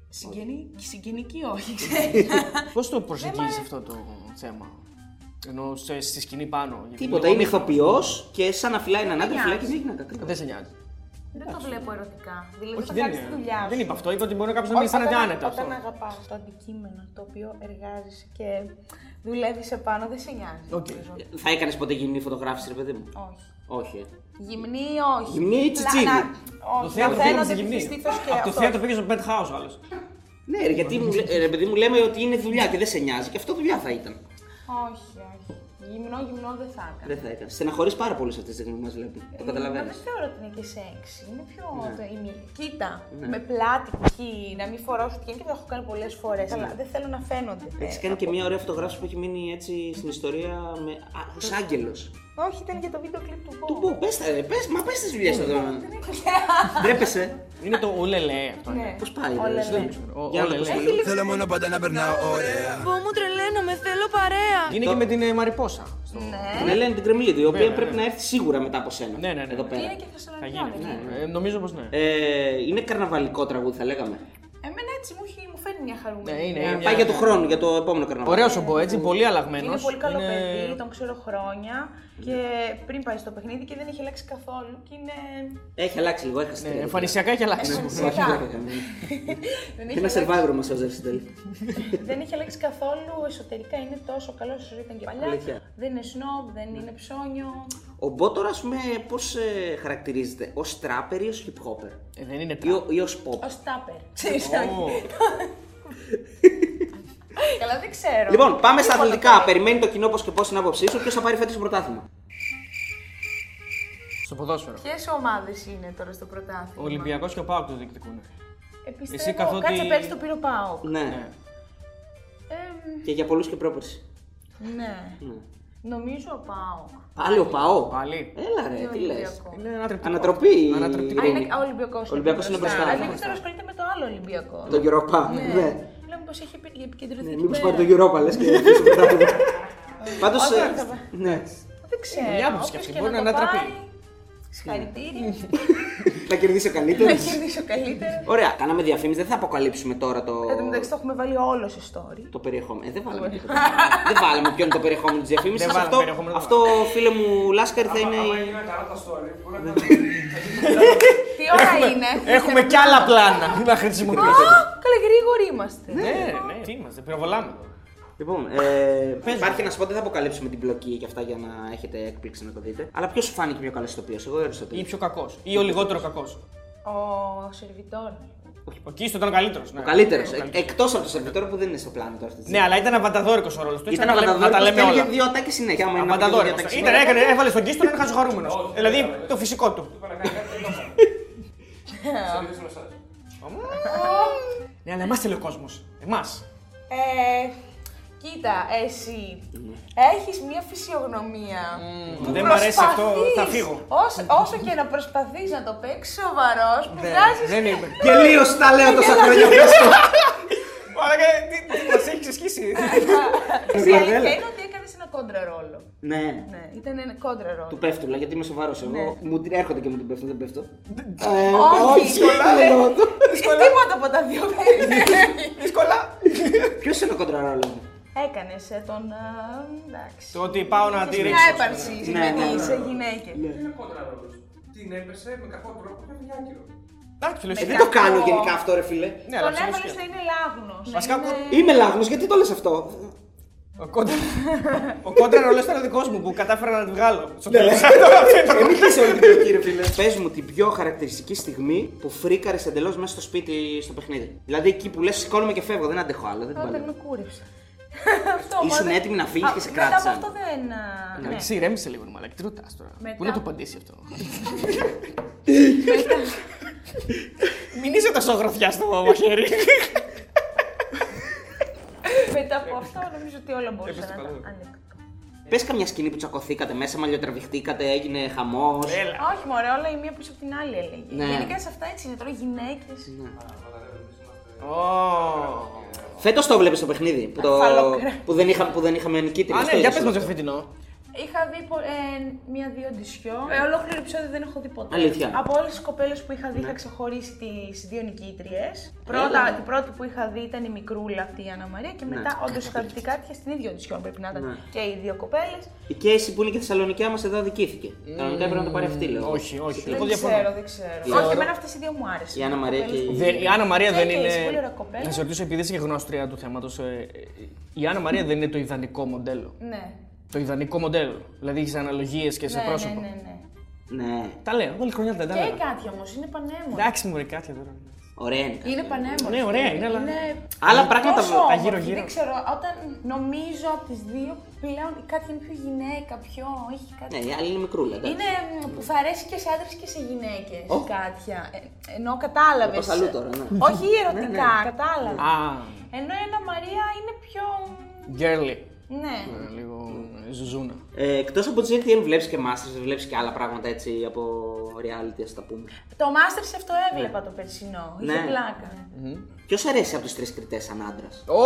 [SPEAKER 3] συγγενή- Συγγενική, όχι.
[SPEAKER 2] Πώς το προσεγγίζεις αυτό το θέμα. Ενώ σε- στη σκηνή πάνω. γιατί
[SPEAKER 1] Τίποτα.
[SPEAKER 2] εγώ
[SPEAKER 1] Είναι
[SPEAKER 2] μη-
[SPEAKER 1] ηθοποιός και σαν να φυλάει έναν άντρα,
[SPEAKER 3] Μια.
[SPEAKER 1] φυλάει και μια γυναίκα. Ακριβώς.
[SPEAKER 2] Δεν σε νοιάζει.
[SPEAKER 3] Δεν το βλέπω ερωτικά. Δηλαδή
[SPEAKER 2] Όχι,
[SPEAKER 3] θα
[SPEAKER 2] δεν
[SPEAKER 3] κάνει τη
[SPEAKER 2] είναι.
[SPEAKER 3] δουλειά σου.
[SPEAKER 2] Δεν είπα αυτό. Είπα ότι μπορεί κάποιος να
[SPEAKER 3] Ό-
[SPEAKER 2] μην αισθάνεται
[SPEAKER 3] όταν-
[SPEAKER 2] άνετα.
[SPEAKER 3] Όταν
[SPEAKER 2] αυτό.
[SPEAKER 3] αγαπά το αντικείμενο το οποίο εργάζεσαι και δουλεύεις επάνω, δεν σε νοιάζει.
[SPEAKER 2] Οκ.
[SPEAKER 3] νομίζω.
[SPEAKER 1] Θα έκανες ποτέ γυμνή φωτογράφηση, ρε παιδί μου.
[SPEAKER 3] Όχι.
[SPEAKER 1] Όχι. ε.
[SPEAKER 3] Γυμνή, όχι.
[SPEAKER 1] Γυμνή ή
[SPEAKER 3] Πλα-
[SPEAKER 1] τσιτσίδι.
[SPEAKER 3] να-
[SPEAKER 2] Το
[SPEAKER 3] Όχι, να
[SPEAKER 2] θέατρο πήγε
[SPEAKER 3] φαίνονται
[SPEAKER 2] στη γυμνή.
[SPEAKER 3] πιστήθος και
[SPEAKER 2] Από το
[SPEAKER 3] αυτό.
[SPEAKER 2] θέατρο πήγε στο penthouse άλλος.
[SPEAKER 1] Ναι, ρε, γιατί μου, λέ- ε, ρε παιδί μου λέμε ότι είναι δουλειά και δεν σε νοιάζει. Και αυτό δουλειά θα ήταν.
[SPEAKER 3] Όχι, όχι. Γυμνό, γυμνό δεν θα έκανα.
[SPEAKER 1] Δεν θα έκανες. Στεναχωρείς πάρα πολύ σε αυτές τις στιγμέ που Ε, μα βλέπουν.
[SPEAKER 2] Ναι.
[SPEAKER 1] Το
[SPEAKER 3] Μα
[SPEAKER 1] καταλαβαίνεις.
[SPEAKER 3] Δεν θεωρώ ότι είναι και σεξ. Είναι πιο. Το, η μη- Κοίτα,
[SPEAKER 1] Ναι.
[SPEAKER 3] με πλάτη εκεί, να μην φοράω σουτιέν και το έχω κάνει πολλές φορές. Αλλά δεν θέλω να φαίνονται.
[SPEAKER 1] Έχεις κάνει και μια ωραία φωτογράφηση που έχει μείνει έτσι στην ιστορία με. Α, ως άγγελος.
[SPEAKER 3] Όχι, ήταν για το βίντεο κλειπ του
[SPEAKER 1] Του
[SPEAKER 3] Βόμπου.
[SPEAKER 1] πω, πες τα ρε, πες, μα πες τις δουλειές εδώ. Ντρέπεσαι.
[SPEAKER 2] Είναι το ουλελέ
[SPEAKER 3] Ναι.
[SPEAKER 2] αυτό. είναι.
[SPEAKER 1] Πώς πάει,
[SPEAKER 3] Όλα
[SPEAKER 1] ρε, εσύ δεν
[SPEAKER 3] ναι.
[SPEAKER 1] ξέρω.
[SPEAKER 2] Ο-
[SPEAKER 1] Για να
[SPEAKER 2] όλα
[SPEAKER 1] το
[SPEAKER 2] λέει.
[SPEAKER 1] ακούσουμε λίγο.
[SPEAKER 6] Θέλω μόνο πάντα να περνάω ωραία.
[SPEAKER 5] Πω μου τρελαίνω, με θέλω παρέα.
[SPEAKER 2] Είναι και με την ε, Μαριπόσα. στο-
[SPEAKER 3] Ναι.
[SPEAKER 1] Την Ελένη Ναι. την Κρεμλίδη, η οποία
[SPEAKER 2] Βέβαια,
[SPEAKER 1] πρέπει
[SPEAKER 2] ναι.
[SPEAKER 1] να έρθει σίγουρα μετά από σένα.
[SPEAKER 2] Ναι, ναι, ναι.
[SPEAKER 1] Εδώ
[SPEAKER 3] Και είναι
[SPEAKER 1] πέρα. ναι.
[SPEAKER 3] και
[SPEAKER 2] Θα
[SPEAKER 3] Θεσσαλονίκη.
[SPEAKER 2] γίνει. Ε, Νομίζω πως ναι.
[SPEAKER 1] Ε, είναι καρναβαλικό τραγούδι, θα λέγαμε.
[SPEAKER 3] Εμένα έτσι μου, έχει- μου φέρνει μια χαρούμενη.
[SPEAKER 2] Ναι, είναι.
[SPEAKER 1] Ε,
[SPEAKER 2] είναι μια-
[SPEAKER 1] Πάει για το χρόνο, για το επόμενο καρναβάλι.
[SPEAKER 2] Ωραίος ο Μπο, έτσι, πολύ αλλαγμένος.
[SPEAKER 3] Είναι πολύ καλό παιδί, τον ξέρω χρόνια και πριν πάει στο παιχνίδι και δεν έχει αλλάξει καθόλου και είναι.
[SPEAKER 1] Έχει αλλάξει λίγο, έχασε.
[SPEAKER 2] Ναι,
[SPEAKER 1] τρία λεπτά.
[SPEAKER 2] Εμφανισιακά έχει αλλάξει.
[SPEAKER 3] Εμφανισιακά. δεν,
[SPEAKER 1] Και ένα
[SPEAKER 3] έχει αλλάξει,
[SPEAKER 1] survivor μας έζευσε τελικά.
[SPEAKER 3] δεν έχει αλλάξει καθόλου εσωτερικά, είναι τόσο καλό όσο ήταν και παλιά.
[SPEAKER 1] Αλήθεια.
[SPEAKER 3] Δεν είναι σνόμπ, δεν είναι ψώνιο.
[SPEAKER 1] Ο Μπό τώρα, ας πούμε, πώς χαρακτηρίζεται, ω τράπερ ή ω hip hopper
[SPEAKER 2] Ε, Δεν είναι
[SPEAKER 1] ή
[SPEAKER 2] τραπ.
[SPEAKER 1] ο- ή ω pop.
[SPEAKER 3] Ω τάπερ. Ξέρεις,
[SPEAKER 2] Ω,
[SPEAKER 3] όχι. Καλά, δεν ξέρω.
[SPEAKER 1] Λοιπόν, πάμε στα
[SPEAKER 3] Τίποτα
[SPEAKER 1] αθλητικά.
[SPEAKER 3] τώρα.
[SPEAKER 1] Περιμένει το κοινό πώς και πώς την άποψή σου. Ποιος θα πάρει φέτος το πρωτάθλημα.
[SPEAKER 2] Στο ποδόσφαιρο.
[SPEAKER 3] Ποιες ομάδες είναι τώρα στο
[SPEAKER 2] Ο
[SPEAKER 3] πρωτάθλημα.
[SPEAKER 2] Ολυμπιακός και ο Πάοκ το διεκδικούν.
[SPEAKER 3] Επιστρέφω.
[SPEAKER 2] Εσύ καθότι-
[SPEAKER 3] Κάτσε πέρσι το πήρε ο Πάοκ.
[SPEAKER 1] Ναι.
[SPEAKER 2] Ναι.
[SPEAKER 3] Εμ,
[SPEAKER 1] Και για πολλούς και πρόπερση.
[SPEAKER 3] ναι.
[SPEAKER 1] Ναι.
[SPEAKER 3] Νομίζω ο Πάοκ.
[SPEAKER 1] Πάλι ο Παό.
[SPEAKER 2] Πάλι.
[SPEAKER 1] Έλα ρε, τι λες.
[SPEAKER 3] Ολυμπιακό.
[SPEAKER 2] Είναι ανατρεπτικό.
[SPEAKER 1] Ανατροπή.
[SPEAKER 2] Ανατρεπτικό.
[SPEAKER 3] Α,
[SPEAKER 1] Ειρήνη.
[SPEAKER 3] είναι ο Ολυμπιακός.
[SPEAKER 1] Ο Ολυμπιακός είναι μπροστά.
[SPEAKER 3] Αλλά δεν ξέρω, ασχολείται με το άλλο Ολυμπιακό.
[SPEAKER 1] Το Europa. Ναι.
[SPEAKER 3] Ναι. Λέμε πω έχει επι- επικεντρωθεί. εκεί
[SPEAKER 1] Μήπως
[SPEAKER 3] πέρα.
[SPEAKER 1] πάρει το Europa, λες και αφήσει το πρωτάθλημα. Πάντω.
[SPEAKER 3] Όχι, όχι, θα πάρει.
[SPEAKER 1] Ναι.
[SPEAKER 3] Δεν ξέρω.
[SPEAKER 2] δουλειά που
[SPEAKER 3] όποιος
[SPEAKER 2] σκέφτεται,
[SPEAKER 3] και
[SPEAKER 2] μπορεί να
[SPEAKER 3] το
[SPEAKER 2] ανατραπεί. Ναι.
[SPEAKER 3] πάρει, Συγχαρητήρια.
[SPEAKER 1] Θα κερδίσει ο
[SPEAKER 3] Θα
[SPEAKER 1] καλύτερο.
[SPEAKER 3] κερδίσω καλύτερα.
[SPEAKER 1] Ωραία, κάναμε διαφήμιση. Δεν θα αποκαλύψουμε τώρα το.
[SPEAKER 3] Εν τω μεταξύ Ε, το έχουμε βάλει όλο σε story.
[SPEAKER 1] Το περιεχόμενο. Ε, δεν βάλαμε ποιο είναι το περιεχόμενο. δεν βάλαμε ποιο είναι το περιεχόμενο της διαφήμισης.
[SPEAKER 2] Δεν βάλαμε
[SPEAKER 1] Αυτό,
[SPEAKER 2] περιεχόμενο, δεν
[SPEAKER 1] αυτό φίλε μου Λάσκαρη θα είναι. η-
[SPEAKER 3] Τι ώρα είναι.
[SPEAKER 2] Έχουμε κι άλλα πλάνα να χρησιμοποιήσουμε.
[SPEAKER 3] Α, Καλά, γρήγοροι είμαστε.
[SPEAKER 2] Ναι, ναι, τι είμαστε, πυροβολάμε.
[SPEAKER 1] Λοιπόν, ε, υπάρχει ένας σπot, δεν θα αποκαλύψουμε την μπλοκή και αυτά για να έχετε έκπληξη να το δείτε. Αλλά ποιος σου φάνηκε πιο καλός ηθοποιός, εγώ έρωσα το.
[SPEAKER 2] Ή πιο κακός. Ή ο λιγότερο κακός.
[SPEAKER 3] Ο Σερβιτόν.
[SPEAKER 2] Ο Κίστο ήταν ο καλύτερος. Ναι.
[SPEAKER 1] Ο καλύτερος. Εκτός από το σερβιτόρο που δεν είναι στο πλάνο τώρα αυτή τη
[SPEAKER 2] Ναι,
[SPEAKER 1] στιγμή.
[SPEAKER 2] αλλά ήταν αβανταδόρικος ο ρόλος του.
[SPEAKER 1] Ήταν
[SPEAKER 2] να βλέπουμε- να τα λέμε
[SPEAKER 1] έλεγε
[SPEAKER 2] όλα.
[SPEAKER 1] δύο τάκε συνέχεια. άμα είναι να πει και δύο
[SPEAKER 2] Αβανταδόρικο.
[SPEAKER 1] τάκες
[SPEAKER 2] Ήταν,
[SPEAKER 1] συνέχεια.
[SPEAKER 2] έκανε, έβαλε στον Κίστο να είναι χαζοχαρούμενο. Δηλαδή το φυσικό του. Ναι, αλλά εμάς θέλει ο κόσμος. Εμάς.
[SPEAKER 3] Ε, Κοίτα, εσύ έχεις μια φυσιογνωμία.
[SPEAKER 2] Mm. Δεν μου αρέσει αυτό,
[SPEAKER 3] Προσπαθείς,
[SPEAKER 2] θα φύγω.
[SPEAKER 3] Όσο, όσο και να προσπαθείς να το παίξεις σοβαρός,
[SPEAKER 2] Ναι.
[SPEAKER 3] που βγάζεις...
[SPEAKER 2] Δεν είμαι.
[SPEAKER 1] Τελείως τα λέω τόσα χρόνια μπροστά.
[SPEAKER 2] Μαλάκα, τι- τι μας έχει ξεσχίσει.
[SPEAKER 3] Εσύ αλήθεια
[SPEAKER 1] Βαρδέλα.
[SPEAKER 3] είναι ότι έκανες ένα κόντρα ρόλο.
[SPEAKER 1] Ναι.
[SPEAKER 3] Ναι, ήταν ένα κόντρα ρόλο.
[SPEAKER 1] Του πέφτουλα, γιατί είμαι σοβαρός. Εγώ μου την έρχονται και μου την πέφτουν, δεν πέφτω. Ε,
[SPEAKER 3] Όχι,
[SPEAKER 1] δεν εννοώ το.
[SPEAKER 3] Ε, Τίποτα από τα δύο
[SPEAKER 2] Δύσκολα.
[SPEAKER 1] Ποιος είναι ο κοντραρόλο μου.
[SPEAKER 3] Έκανες ε, τον... α, εντάξει.
[SPEAKER 2] Το ότι πάω να τη
[SPEAKER 3] Είχες μια
[SPEAKER 2] ρίξω.
[SPEAKER 3] έπαρση
[SPEAKER 1] Ναι, ναι,
[SPEAKER 3] συγγενή
[SPEAKER 1] ναι.
[SPEAKER 3] σε γυναίκες.
[SPEAKER 7] είναι κόντρα ρόλος. Την έπεσε με κακό τρόπο και έφυγε άκυρο.
[SPEAKER 2] Εντάξει,
[SPEAKER 1] Ε,
[SPEAKER 2] φίλε.
[SPEAKER 1] δεν το κάνω γενικά αυτό, ρε φίλε.
[SPEAKER 2] Ναι, αλλά
[SPEAKER 3] Τον
[SPEAKER 2] ψηλό
[SPEAKER 3] έβαλες να
[SPEAKER 2] σκέτο.
[SPEAKER 3] είναι λάγνος. Ναι,
[SPEAKER 2] Βασικά,
[SPEAKER 3] να είναι-
[SPEAKER 1] Είμαι λάγνος, γιατί το λες αυτό.
[SPEAKER 2] Ο κόντρα. Ο κόντρα ρολό ήταν ο δικός μου που κατάφερα να τη βγάλω. Στο τέλο.
[SPEAKER 1] Ε, μην κλείσει όλη την πλοκή, ρε φίλε. Πες μου την πιο χαρακτηριστική στιγμή που φρίκαρες εντελώς μέσα στο σπίτι στο παιχνίδι. Δηλαδή εκεί που λες σηκώνομαι και φεύγω, δεν αντέχω άλλο, δεν την
[SPEAKER 3] Όταν με
[SPEAKER 1] παλεύω.
[SPEAKER 3] κούρεψες. Αυτό
[SPEAKER 1] Ήσουν
[SPEAKER 3] μάλλον.
[SPEAKER 1] έτοιμη να φύγεις
[SPEAKER 3] Α,
[SPEAKER 1] και σε
[SPEAKER 3] μετά από
[SPEAKER 1] κράτησαν.
[SPEAKER 3] αυτό δεν. α, ναι.
[SPEAKER 2] Εσύ ηρέμησε λίγο, ρε μαλάκα. Τι ρωτά τώρα.
[SPEAKER 3] Μετά.
[SPEAKER 2] Πού να το απαντήσει αυτό. Μην είσαι τόσο γροθιά στο μαχαίρι.
[SPEAKER 3] Μετά από αυτό, νομίζω ότι όλα μπορούσαν να
[SPEAKER 7] Έπεσε
[SPEAKER 3] ήταν
[SPEAKER 7] παντού.
[SPEAKER 3] ανέκδοτα.
[SPEAKER 1] Πες καμιά σκηνή που τσακωθήκατε μέσα, μαλλιοτραβηχτήκατε, έγινε χαμός.
[SPEAKER 3] Όχι, μωρέ, όλα η μία πίσω από την άλλη έλεγε.
[SPEAKER 1] Ναι.
[SPEAKER 3] Γενικά σε αυτά έτσι είναι τώρα γυναίκε.
[SPEAKER 2] Ω.
[SPEAKER 1] Φέτος το βλέπεις το παιχνίδι που, το...
[SPEAKER 3] Φαλόκρα.
[SPEAKER 1] που, δεν, είχα... που δεν είχαμε νικήτρια.
[SPEAKER 2] Α,
[SPEAKER 1] Αυτό
[SPEAKER 2] ναι, για
[SPEAKER 1] είδες
[SPEAKER 2] πες μας για
[SPEAKER 1] αυτό.
[SPEAKER 2] το φετινό.
[SPEAKER 3] Είχα δει πο- ε, μία-δύο ντυσιό. Ε, ολόκληρο επεισόδιο δεν έχω δει ποτέ.
[SPEAKER 1] Αλήθεια. Ναι.
[SPEAKER 3] Από όλες τις κοπέλες που είχα δει, είχα ξεχωρίσει τις δύο νικήτριες. Πρώτα, την πρώτη που είχα δει ήταν η μικρούλα αυτή η Άννα Μαρία
[SPEAKER 1] Ναι.
[SPEAKER 3] και μετά όντως είχα δει κάτι στην ίδια ντυσιό. Πρέπει να ήταν και οι δύο κοπέλες.
[SPEAKER 1] Η Κέισι που είναι και θεσσαλονικιά μας εδώ αδικήθηκε. Κανονικά πρέπει να το πάρει αυτή, λέω.
[SPEAKER 2] Όχι, όχι. Εγώ
[SPEAKER 3] Δεν
[SPEAKER 2] διαφωνώ.
[SPEAKER 3] ξέρω, δεν ξέρω.
[SPEAKER 1] Θεωρώ-
[SPEAKER 3] Όχι, εμένα αυτές οι δύο μου άρεσαν.
[SPEAKER 1] Η Άννα Μαρία και
[SPEAKER 3] Κοπέλες που-
[SPEAKER 1] η.
[SPEAKER 2] Δεν- η Άννα Μαρία
[SPEAKER 3] Ναι,
[SPEAKER 2] δεν
[SPEAKER 3] και
[SPEAKER 2] είναι.
[SPEAKER 3] είσαι πολύ ωραία κοπέλα.
[SPEAKER 2] Να σε ρωτήσω, επειδή είσαι και γνώστρια του θέματος, η Άννα Μαρία δεν είναι το ιδανικό μοντέλο.
[SPEAKER 3] Ναι.
[SPEAKER 2] Το ιδανικό μοντέλο. Δηλαδή έχεις αναλογίες και σε
[SPEAKER 3] Ναι, ναι,
[SPEAKER 2] πρόσωπο. ναι,
[SPEAKER 3] ναι, ναι.
[SPEAKER 1] Ναι,
[SPEAKER 2] Τα λέω, όλη χρονιά δεν τα
[SPEAKER 3] Και η
[SPEAKER 2] λέω.
[SPEAKER 3] Κάτια όμως είναι πανέμορφη.
[SPEAKER 2] Εντάξει, μου κάτι τώρα.
[SPEAKER 1] ωραία είναι.
[SPEAKER 3] Είναι πανέμορφη.
[SPEAKER 2] Ναι, ωραία είναι, αλλά-
[SPEAKER 3] Είναι
[SPEAKER 1] Άλλα πράγματα
[SPEAKER 3] τόσο
[SPEAKER 1] τα
[SPEAKER 3] όμορφη,
[SPEAKER 2] γύρω-γύρω.
[SPEAKER 3] Δεν ξέρω, όταν νομίζω από τις δύο πλέον η Κάτια είναι πιο γυναίκα, πιο. Έχει κάτι.
[SPEAKER 1] Ναι, η άλλη είναι μικρούλα. εντάξει.
[SPEAKER 3] Είναι μ, που θα αρέσει και σε άντρες και σε γυναίκες η
[SPEAKER 1] Ω.
[SPEAKER 3] Κάτια. Ε, ενώ κατάλαβες.
[SPEAKER 1] Πας αλλού τώρα, ναι.
[SPEAKER 3] Όχι ερωτικά, κατάλαβα.
[SPEAKER 2] Α,
[SPEAKER 3] Ενώ η Άννα Μαρία είναι πιο.
[SPEAKER 2] girly.
[SPEAKER 3] Ναι.
[SPEAKER 2] Ε, Λίγο ε, ζουζούνα.
[SPEAKER 1] Ε, Εκτός από τι GTM βλέπεις και Masters, βλέπεις και άλλα πράγματα έτσι από reality, ας τα πούμε.
[SPEAKER 3] Το Masters αυτό έβλεπα το περσινό. Είχε
[SPEAKER 1] Ναι.
[SPEAKER 3] πλάκα.
[SPEAKER 1] Ποιος αρέσει από τους τρεις κριτές σαν άντρας,
[SPEAKER 2] Ω,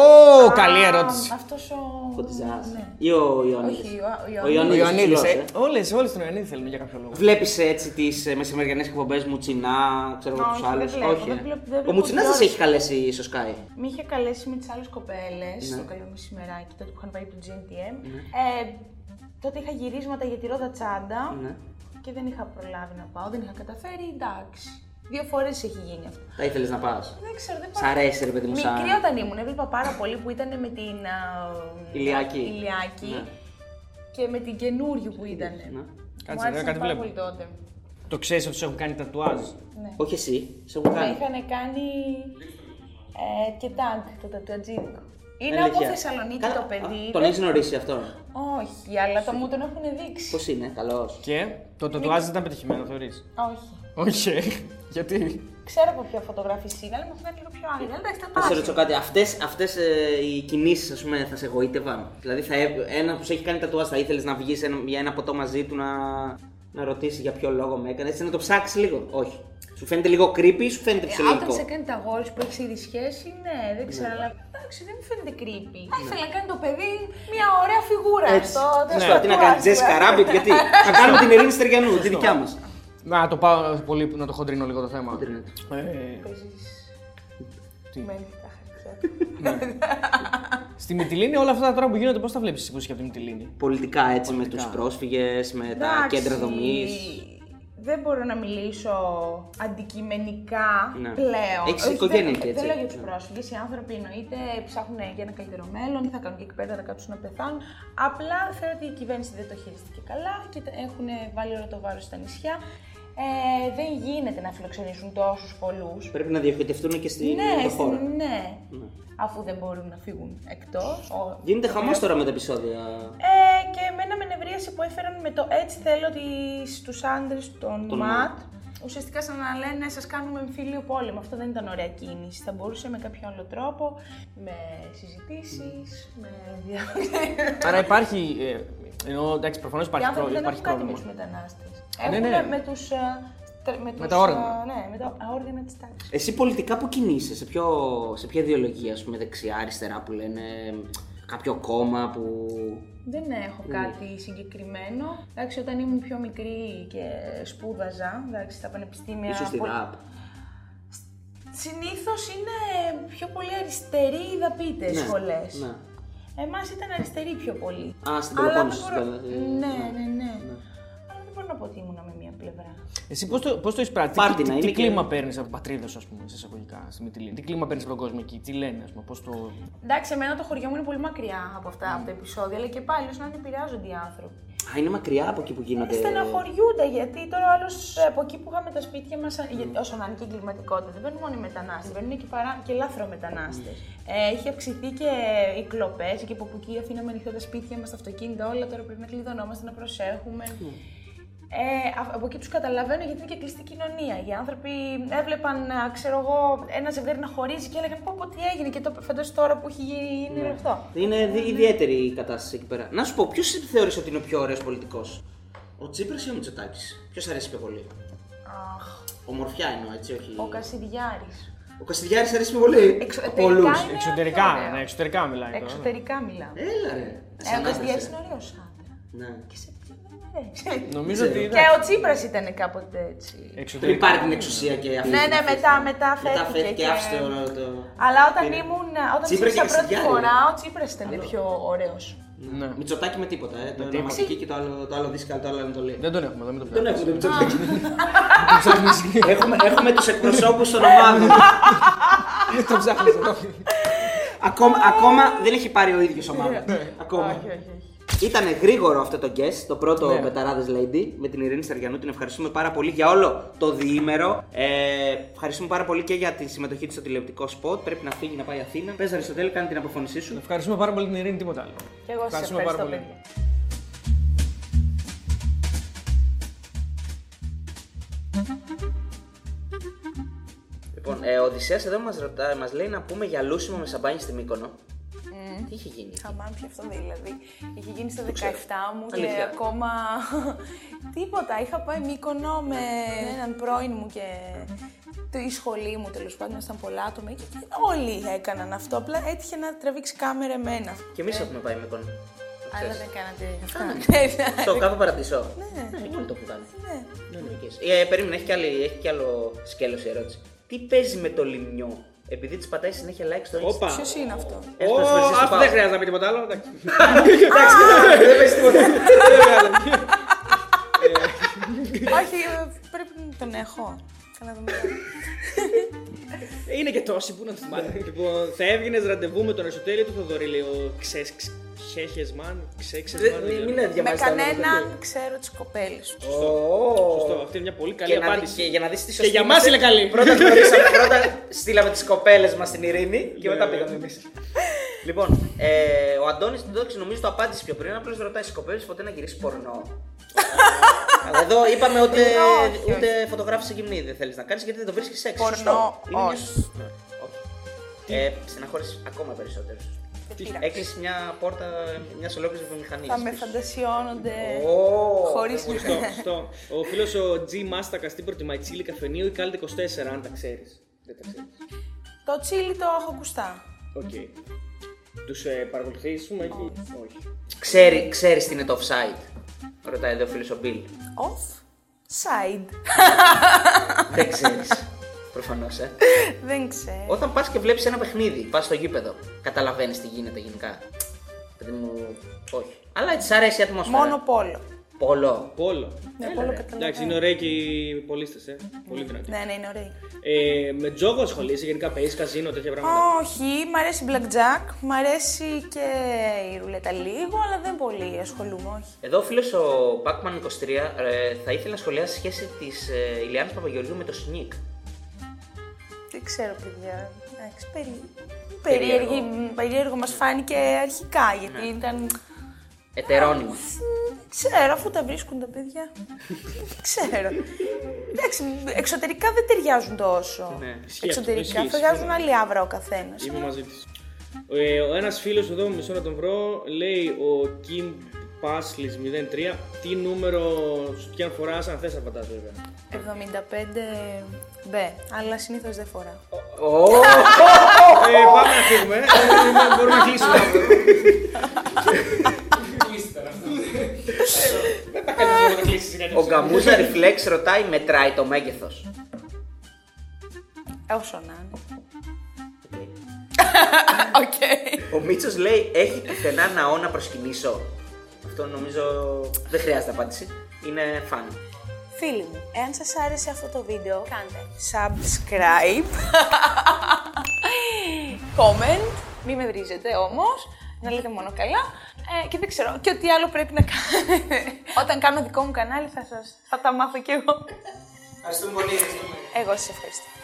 [SPEAKER 2] καλή ερώτηση.
[SPEAKER 3] Αυτός ο.
[SPEAKER 1] Κοντιζά
[SPEAKER 3] Ναι.
[SPEAKER 1] ή ο Ιωαννίδης.
[SPEAKER 3] Όχι, ο- ο
[SPEAKER 1] ο
[SPEAKER 3] Ιωαννίδης.
[SPEAKER 2] Ο Ιωαννίδης.
[SPEAKER 1] ψηλός, ε.
[SPEAKER 2] Όλες, όλες τον Ιωαννίδη θέλουμε για κάποιο λόγο.
[SPEAKER 1] Βλέπεις ε, έτσι τις μεσημεριανές εκπομπές Μουτσινά, ξέρω εγώ
[SPEAKER 3] Όχι,
[SPEAKER 1] τους
[SPEAKER 3] δεν
[SPEAKER 1] άλλους.
[SPEAKER 3] βλέπω, δεν
[SPEAKER 1] ε.
[SPEAKER 3] βλέπω, δεν
[SPEAKER 1] Ο
[SPEAKER 3] βλέπω
[SPEAKER 1] Μουτσινάς
[SPEAKER 3] ποιος.
[SPEAKER 1] δεν σε έχει καλέσει στο Sky.
[SPEAKER 3] Με είχε καλέσει με τις άλλες κοπέλες
[SPEAKER 1] Ναι.
[SPEAKER 3] στο καλό μεσημεράκι, τότε που είχαν πάει το GNTM. Ε, τότε είχα γυρίσματα για τη ρόδα τσάντα
[SPEAKER 1] Ναι.
[SPEAKER 3] και δεν είχα προλάβει να πάω, δεν είχα καταφέρει. Εντάξει. Δύο φορές έχει γίνει αυτό.
[SPEAKER 1] Τα ήθελες να πας.
[SPEAKER 3] Δεν ξέρω, δεν
[SPEAKER 1] Σ'
[SPEAKER 3] πάω.
[SPEAKER 1] αρέσει, ρε παιδί μου, σαν.
[SPEAKER 3] Μικρή όταν ήμουν, έβλεπα πάρα πολύ που ήταν με την. α,
[SPEAKER 1] Ηλιάκη.
[SPEAKER 3] Ηλιάκη
[SPEAKER 1] Ναι.
[SPEAKER 3] και με την καινούριο που ήταν.
[SPEAKER 1] Ναι.
[SPEAKER 2] Κάτσε,
[SPEAKER 3] Μου
[SPEAKER 2] ρε,
[SPEAKER 3] άρεσαν
[SPEAKER 2] κάτι
[SPEAKER 3] πάρα
[SPEAKER 2] βλέπω.
[SPEAKER 3] πολύ τότε.
[SPEAKER 2] Το ξέρεις ότι σου έχουν κάνει τατουάζ.
[SPEAKER 1] Όχι εσύ, σε έχουν
[SPEAKER 3] Με
[SPEAKER 1] κάνει.
[SPEAKER 3] είχαν κάνει ε, και τάγκ το τατουατζίδικο. Είναι από
[SPEAKER 1] Αλήθεια.
[SPEAKER 3] Θεσσαλονίκη
[SPEAKER 1] Καλά.
[SPEAKER 3] το παιδί.
[SPEAKER 1] Α, Τον
[SPEAKER 3] δεν-
[SPEAKER 1] έχεις γνωρίσει αυτόν.
[SPEAKER 3] Όχι, αλλά το μου τον έχουν δείξει.
[SPEAKER 1] Πώς είναι, καλός.
[SPEAKER 2] Και το
[SPEAKER 3] Ναι.
[SPEAKER 2] τατουάζ δεν ήταν πετυχημένο, θεωρείς.
[SPEAKER 3] Όχι.
[SPEAKER 2] Όχι. ε. Γιατί.
[SPEAKER 3] Ξέρω από ποια φωτογραφία είναι, αλλά μου έχουν κάνει λίγο πιο άγρια. Ε, Εντάξει, τα
[SPEAKER 1] Θα σε ρωτήσω
[SPEAKER 3] πάω.
[SPEAKER 1] κάτι. Αυτές, αυτές ε, οι κινήσεις, ας πούμε, θα σε εγωίτευαν. Δηλαδή, θα, έ- ένα που σου έχει κάνει τατουάζ, θα ήθελες να βγεις ένα- για ένα ποτό μαζί του να, να ρωτήσεις για ποιο λόγο με έκανε. Έτσι, να το ψάξεις λίγο. Όχι. Σου φαίνεται λίγο creepy ή σου φαίνεται
[SPEAKER 3] Όταν
[SPEAKER 1] ψηλό.
[SPEAKER 3] σε κάνει Ε, τα γόρι που έχεις ήδη σχέση, ναι, δεν ξέρω, αλλά εντάξει, δεν μου φαίνεται creepy. Θα ήθελα να κάνει το παιδί μια ωραία φιγούρα
[SPEAKER 1] Ναι. Έτσι.
[SPEAKER 3] στο
[SPEAKER 1] Ναι.
[SPEAKER 3] τέλο
[SPEAKER 1] Τι να κάνει, Τζέσικα Ράμπιτ, γιατί. να κάνουμε την Ειρήνη Στεριανού, τη δικιά μας.
[SPEAKER 2] Να το πάω πολύ, να το χοντρίνω λίγο το θέμα.
[SPEAKER 1] Χοντρίνε.
[SPEAKER 2] Ε,
[SPEAKER 3] Μένει τα χαρτιά.
[SPEAKER 2] στη Μυτιλίνη όλα αυτά τώρα που γίνονται, πώς τα βλέπεις εσύ που είσαι και από τη Μυτιλίνη.
[SPEAKER 1] Πολιτικά έτσι, με τους πρόσφυγες, με τα
[SPEAKER 3] Εντάξει,
[SPEAKER 1] κέντρα δομής.
[SPEAKER 3] Δεν μπορώ να μιλήσω αντικειμενικά
[SPEAKER 1] Ναι.
[SPEAKER 3] πλέον.
[SPEAKER 1] Έχεις
[SPEAKER 3] Όχι,
[SPEAKER 1] οικογένεια
[SPEAKER 3] δεν-
[SPEAKER 1] και έτσι.
[SPEAKER 3] Δεν λέω για τους
[SPEAKER 1] Ναι.
[SPEAKER 3] πρόσφυγες. Οι άνθρωποι εννοείται ψάχνουν για ένα καλύτερο μέλλον, θα κάνουν και εκεί πέρα να κάτσουν να πεθάνουν. Απλά θεωρώ ότι η κυβέρνηση δεν το χειριστήκε καλά και έχουν βάλει όλο το βάρος στα νησιά. Ε, δεν γίνεται να φιλοξενήσουν τόσους πολλούς.
[SPEAKER 1] Πρέπει να διοχετευτούν και στην
[SPEAKER 3] Ναι,
[SPEAKER 1] το
[SPEAKER 3] στην-
[SPEAKER 1] χώρο.
[SPEAKER 3] ναι, αφού δεν μπορούν να φύγουν εκτός.
[SPEAKER 1] Γίνεται χαμός τώρα με τα επεισόδια.
[SPEAKER 3] Ε, και εμένα με νευρίασε που έφεραν με το έτσι θέλω τις, τους άντρες των
[SPEAKER 1] Τον
[SPEAKER 3] ΜΑΤ. Ουσιαστικά σαν να λένε σας κάνουμε εμφύλιο πόλεμο. Αυτό δεν ήταν ωραία κίνηση. Θα μπορούσε με κάποιο άλλο τρόπο, με συζητήσεις, με διάφορα.
[SPEAKER 2] Άρα υπάρχει. Ε, ενώ εντάξει, προφανώς
[SPEAKER 3] Οι
[SPEAKER 2] υπάρχει,
[SPEAKER 3] άνθρωποι
[SPEAKER 2] πρόβλημα,
[SPEAKER 3] δεν
[SPEAKER 2] υπάρχει
[SPEAKER 3] έχουν κάτι με
[SPEAKER 2] πρόβλημα.
[SPEAKER 3] τους μετανάστες.
[SPEAKER 2] Ναι,
[SPEAKER 3] Έχουν
[SPEAKER 2] ναι.
[SPEAKER 3] με τους... ε, τρα- Με, τους,
[SPEAKER 2] τα όργανα.
[SPEAKER 3] ε, Ναι, με τα όργανα της τάξης.
[SPEAKER 1] Εσύ πολιτικά που κινείσαι, σε, ποιο, σε ποια ιδεολογία, ας πούμε, δεξιά, αριστερά που λένε, κάποιο κόμμα που...
[SPEAKER 3] Δεν έχω κάτι συγκεκριμένο. Εντάξει, όταν ήμουν πιο μικρή και σπούδαζα, εντάξει, στα πανεπιστήμια...
[SPEAKER 1] ίσως την
[SPEAKER 3] πολύ-
[SPEAKER 1] ΑΠ.
[SPEAKER 3] Συνήθως είναι πιο πολύ αριστεροί οι δαπίτες ναι, σχολές.
[SPEAKER 1] Ναι.
[SPEAKER 3] Εμάς ήταν αριστεροί πιο πολύ.
[SPEAKER 1] Α, στην
[SPEAKER 3] Αλλά
[SPEAKER 1] Πελοπόννησο,
[SPEAKER 3] δεν μπορώ-
[SPEAKER 1] στην Πελο-
[SPEAKER 3] Ναι, ναι, ναι. Αλλά δεν μπορώ να πω ότι ήμουνα με μία πλευρά.
[SPEAKER 2] Εσύ πώς το, πώς το εισπράττεις,
[SPEAKER 1] Πάρτι
[SPEAKER 2] τι,
[SPEAKER 1] να
[SPEAKER 2] τι,
[SPEAKER 1] είναι
[SPEAKER 2] τι
[SPEAKER 1] και-
[SPEAKER 2] κλίμα παίρνεις από την πατρίδα σου, ας πούμε, σε εισαγωγικά, στη Μυτιλίνη. Τι κλίμα παίρνεις από τον κόσμο εκεί, τι λένε, ας πούμε, πώς το.
[SPEAKER 3] Εντάξει, εμένα το χωριό μου είναι πολύ μακριά από αυτά από τα επεισόδια, αλλά και πάλι όσο να είναι επηρεάζονται οι άνθρωποι.
[SPEAKER 1] Α, είναι μακριά από εκεί που γίνονται...
[SPEAKER 3] Στεναχωριούνται γιατί τώρα άλλος
[SPEAKER 8] ε,
[SPEAKER 3] από εκεί που είχαμε τα σπίτια μας, όσο να είναι και η εγκληματικότητα, δεν μπαίνουν μόνο οι μετανάστες, μπαίνουν και, παρά, και λάθρο μετανάστε. Ε, έχει αυξηθεί και οι κλοπές και που εκεί αφήναμε ανοιχτά τα σπίτια μας, τα αυτοκίνητα, όλα τώρα πρέπει να κλειδωνόμαστε, να προσέχουμε.
[SPEAKER 8] Ε, α- από εκεί τους καταλαβαίνω γιατί είναι και κλειστή κοινωνία. Οι άνθρωποι έβλεπαν, α, ξέρω εγώ, ένα ζευγάρι να χωρίζει και έλεγαν Πώ, πω, τι έγινε. Και το φαντάζομαι τώρα που έχει γίνει είναι αυτό.
[SPEAKER 1] Είναι δι- ιδιαίτερη η κατάσταση εκεί πέρα. Να σου πω, ποιος θεωρεί ότι είναι ο πιο ωραίος πολιτικός, Ο Τσίπρας ή ο Μητσοτάκης. Ποιος αρέσει πιο πολύ.
[SPEAKER 8] Αχ,
[SPEAKER 1] Ομορφιά εννοώ, έτσι, όχι.
[SPEAKER 8] ο Κασιδιάρης.
[SPEAKER 1] Ο Κασιδιάρης αρέσει πιο πολύ.
[SPEAKER 8] Εξωτερικά
[SPEAKER 1] Από όλους.
[SPEAKER 8] είναι
[SPEAKER 2] Εξωτερικά,
[SPEAKER 8] ωραίο.
[SPEAKER 2] ναι, εξωτερικά μιλάει τώρα.
[SPEAKER 8] Εξωτερικά μιλάμε.
[SPEAKER 1] Έλα ρε. Ας
[SPEAKER 8] Ε, ο
[SPEAKER 1] ανάβεσαι.
[SPEAKER 8] Κασιδιάρη είναι ωραίος άντρας.
[SPEAKER 1] Ναι.
[SPEAKER 8] Και σε ποιον δεν αρέσει.
[SPEAKER 2] Νομίζω ότι
[SPEAKER 8] Και
[SPEAKER 2] ήταν.
[SPEAKER 8] ο Τσίπρας ήταν κάποτε έτσι.
[SPEAKER 2] Ε,
[SPEAKER 1] Πριν
[SPEAKER 2] Εξωτερικά.
[SPEAKER 1] πάρει την εξουσία και αφήσει.
[SPEAKER 8] Ναι, ναι,
[SPEAKER 1] να
[SPEAKER 8] μετά,
[SPEAKER 1] φύγει.
[SPEAKER 8] μετά
[SPEAKER 1] Μετά
[SPEAKER 8] φέθηκε.
[SPEAKER 1] φέθηκε,
[SPEAKER 8] και-
[SPEAKER 1] άφησε το. το-
[SPEAKER 8] Αλλά όταν
[SPEAKER 1] πήρε.
[SPEAKER 8] ήμουν, όταν
[SPEAKER 1] Τσίπρα και
[SPEAKER 8] ψήφισα πρώτη
[SPEAKER 1] Κασιδιάρη.
[SPEAKER 8] φορά, ο Τσίπρας ήταν πιο ωραίος.
[SPEAKER 2] Ναι.
[SPEAKER 1] Μητσοτάκι με τίποτα. Ε. Το ένα ματική και το άλλο, το άλλο δίσκαλο, το άλλο ανατολή.
[SPEAKER 2] Δεν τον έχουμε, δεν το
[SPEAKER 1] Τον
[SPEAKER 2] πλέον.
[SPEAKER 1] έχουμε τον Μητσοτάκι. έχουμε, έχουμε τους εκπροσώπους των ομάδων.
[SPEAKER 2] Δεν τον ψάχνεις εδώ.
[SPEAKER 1] ακόμα, ακόμα δεν έχει πάρει ο ίδιος ομάδα. ακόμα.
[SPEAKER 8] Ναι. Όχι, όχι, όχι.
[SPEAKER 1] Ήταν γρήγορο αυτό το guest, το πρώτο
[SPEAKER 2] Ναι.
[SPEAKER 1] Μπεταράδε Lady με την Ειρήνη Σταριανού. Την ευχαριστούμε πάρα πολύ για όλο το διήμερο. Ε, ευχαριστούμε πάρα πολύ και για τη συμμετοχή της στο τηλεοπτικό σποτ. Πρέπει να φύγει να πάει Αθήνα. Πες Αριστοτέλη, κάνε την αποφώνησή σου.
[SPEAKER 2] Ευχαριστούμε πάρα πολύ την Ειρήνη, τίποτα άλλο.
[SPEAKER 8] Και εγώ σα
[SPEAKER 2] Ευχαριστούμε πάρα
[SPEAKER 8] ευχαριστώ,
[SPEAKER 2] πολύ.
[SPEAKER 8] παιδιά.
[SPEAKER 1] Λοιπόν, ε, ο Οδυσσέας εδώ μας, ρωτά, μας λέει να πούμε για λούσιμο με σαμπάνι στη Μύκονο. Τι είχε γίνει.
[SPEAKER 3] Χαμάμ και αυτό δηλαδή. Είχε γίνει στα 17 μου και
[SPEAKER 1] Αλήθεια.
[SPEAKER 3] ακόμα. Τίποτα. Είχα πάει Μύκονο με έναν πρώην μου και το- η σχολή μου τέλος πάντων ήταν πολλά άτομα και και όλοι έκαναν αυτό. Απλά έτυχε να τραβήξει κάμερα εμένα.
[SPEAKER 1] Και εμείς έχουμε πάει Μύκονο.
[SPEAKER 3] Αλλά δεν κάνατε αυτά.
[SPEAKER 1] Στο κάπου παραδείσο. Ναι, ναι. Όλοι το έχουν κάνει. Ναι, ναι, και εσύ. Ε, περίμενα, έχει κι, άλλη- έχει κι άλλο σκέλος η ερώτηση. Τι παίζει με το λιμιό, επειδή της πατάει συνέχεια like στο Instagram.
[SPEAKER 2] Όπα.
[SPEAKER 3] Ποιος είναι αυτό.
[SPEAKER 1] Έχεις προσφερθεί στο
[SPEAKER 2] Αυτό δεν
[SPEAKER 1] πάω.
[SPEAKER 2] χρειάζεται να πει τίποτα άλλο. εντάξει.
[SPEAKER 1] Δεν παίζει τίποτα.
[SPEAKER 3] Όχι, ε, πρέπει να τον έχω. Καλά, δεν μπορώ.
[SPEAKER 2] Είναι και τόσοι που να το θυμάται. Λοιπόν, θα έβγαινες ραντεβού με τον εσωτερικό του Θοδωρή, λέει ο Ξέχεσμαν. Ξέχεσμαν.
[SPEAKER 1] Δεν- Μην διαβάζεις
[SPEAKER 3] Με
[SPEAKER 1] τα ονόματα.
[SPEAKER 3] κανέναν ξέρω τις κοπέλες.
[SPEAKER 2] Σωστό, αυτή είναι μια πολύ καλή
[SPEAKER 1] Και να,
[SPEAKER 2] απάντηση.
[SPEAKER 1] δεις- και για να δεις τι
[SPEAKER 2] Και
[SPEAKER 1] σωστή
[SPEAKER 2] για μα
[SPEAKER 1] είμαστε,
[SPEAKER 2] είναι καλή.
[SPEAKER 1] Πρώτα, γνωρίσαμε, πρώτα στείλαμε τις κοπέλες μας στην Ειρήνη και
[SPEAKER 2] Ναι,
[SPEAKER 1] μετά πήγαμε εμείς. λοιπόν, ε, ο Αντώνης την Τόξη νομίζω το απάντησε πιο πριν. Απλώς ρωτάει τι κοπέλες ποτέ να γυρίσεις πορνό. Ε, Αλλά εδώ είπαμε ότι ούτε φωτογράφησε γυμνή δεν θέλεις να κάνεις γιατί δεν το βρίσκεις σεξ.
[SPEAKER 3] Πορνό,
[SPEAKER 1] Σωστό. Είναι μια-
[SPEAKER 3] όχι.
[SPEAKER 1] Ναι, όχι. Ε, στεναχώρησες ακόμα περισσότερο. Έκλεισε μια πόρτα μια ολόκληρη βιομηχανία.
[SPEAKER 3] Θα με φαντασιώνονται χωρί
[SPEAKER 2] Σωστό, σωστό. Ο φίλος ο G Μάστακας τι προτιμάει, τσίλι καφενείο ή κάλτε 24, αν τα ξέρεις. Δεν τα ξέρεις.
[SPEAKER 3] Το τσίλι το έχω ακουστά.
[SPEAKER 2] Οκ. Τους ε, παρακολουθείς, πούμε εκεί. Όχι.
[SPEAKER 1] Ξέρει, ξέρεις τι είναι το offside. Ρωτάει εδώ ο φίλος ο Μπιλ.
[SPEAKER 3] Off side.
[SPEAKER 1] Δεν ξέρεις. Προφανώς, ε.
[SPEAKER 3] Δεν ξέρω.
[SPEAKER 1] Όταν πας και βλέπεις ένα παιχνίδι, πας στο γήπεδο, καταλαβαίνεις τι γίνεται γενικά. Παιδί μου, όχι. Αλλά έτσι σ' αρέσει η ατμόσφαιρα.
[SPEAKER 3] Μόνο πόλο.
[SPEAKER 1] Πολλό.
[SPEAKER 2] Πόλο.
[SPEAKER 3] Ναι,
[SPEAKER 1] Έλα,
[SPEAKER 3] πόλο
[SPEAKER 1] ρε.
[SPEAKER 2] Εντάξει,
[SPEAKER 3] καταλαβαίνω.
[SPEAKER 2] είναι ωραίοι και οι πολίστες, ε. Πολύ δυνατοί.
[SPEAKER 3] Ναι, ναι, είναι ωραία.
[SPEAKER 2] Ε, με τζόγο ασχολείσαι, γενικά παίζεις καζίνο, τέτοια πράγματα.
[SPEAKER 3] Όχι, μ' αρέσει blackjack, μ' αρέσει και η ρουλέτα λίγο, αλλά δεν πολύ ασχολούμαι, όχι.
[SPEAKER 1] Εδώ ο φίλος ο Pacman 23 ε, θα ήθελε να σχολιάσει σχέση της ε, Ηλιάνας Παπαγεωργίου με το Sneak.
[SPEAKER 3] Δεν ξέρω, παιδιά. Εντάξει, περί...
[SPEAKER 1] Περίεργο.
[SPEAKER 3] περίεργη- περίεργο μας φάνηκε αρχικά, γιατί ήταν...
[SPEAKER 1] Ετερόνιμος.
[SPEAKER 3] Δεν ξέρω, αφού τα βρίσκουν τα παιδιά. δεν ξέρω. Εντάξει, εξωτερικά δεν ταιριάζουν τόσο.
[SPEAKER 1] Ναι,
[SPEAKER 2] ισχύει αυτό,
[SPEAKER 3] εξωτερικά
[SPEAKER 2] ισχύει,
[SPEAKER 3] φεγάζουν
[SPEAKER 2] συμφωνώ.
[SPEAKER 3] άλλη άβρα ο καθένας.
[SPEAKER 2] Είμαι μαζί της. Ε, ο ένας φίλος εδώ, μισό να τον βρω, λέει ο Kim Πάσλης 03. Τι νούμερο σου πιαν φορά, αν θες, απαντάς βέβαια.
[SPEAKER 3] 75 μπε, αλλά συνήθως δεν φοράω.
[SPEAKER 2] Ε, πάμε να φύγουμε. Ε, μπορούμε να κλείσουμε. Ε, Δεν τα κάνεις να κλείσεις κάτι.
[SPEAKER 1] Ο Γκαμούζα Reflex ρωτάει μετράει το μέγεθος.
[SPEAKER 3] Όσο να είναι. Οκ.
[SPEAKER 1] Ο Μίτσος λέει: Έχει πουθενά ναό να προσκυνήσω. Αυτό νομίζω δεν χρειάζεται απάντηση. Είναι φαν.
[SPEAKER 3] Φίλοι μου, εάν σας άρεσε αυτό το βίντεο, κάντε subscribe, comment, μη με βρίζετε όμως, να λέτε μόνο καλά ε, και δεν ξέρω και ό,τι άλλο πρέπει να κάνετε. Όταν κάνω δικό μου κανάλι θα σας, θα τα μάθω κι εγώ.
[SPEAKER 1] Ευχαριστούμε πολύ.
[SPEAKER 3] Εγώ σας ευχαριστώ.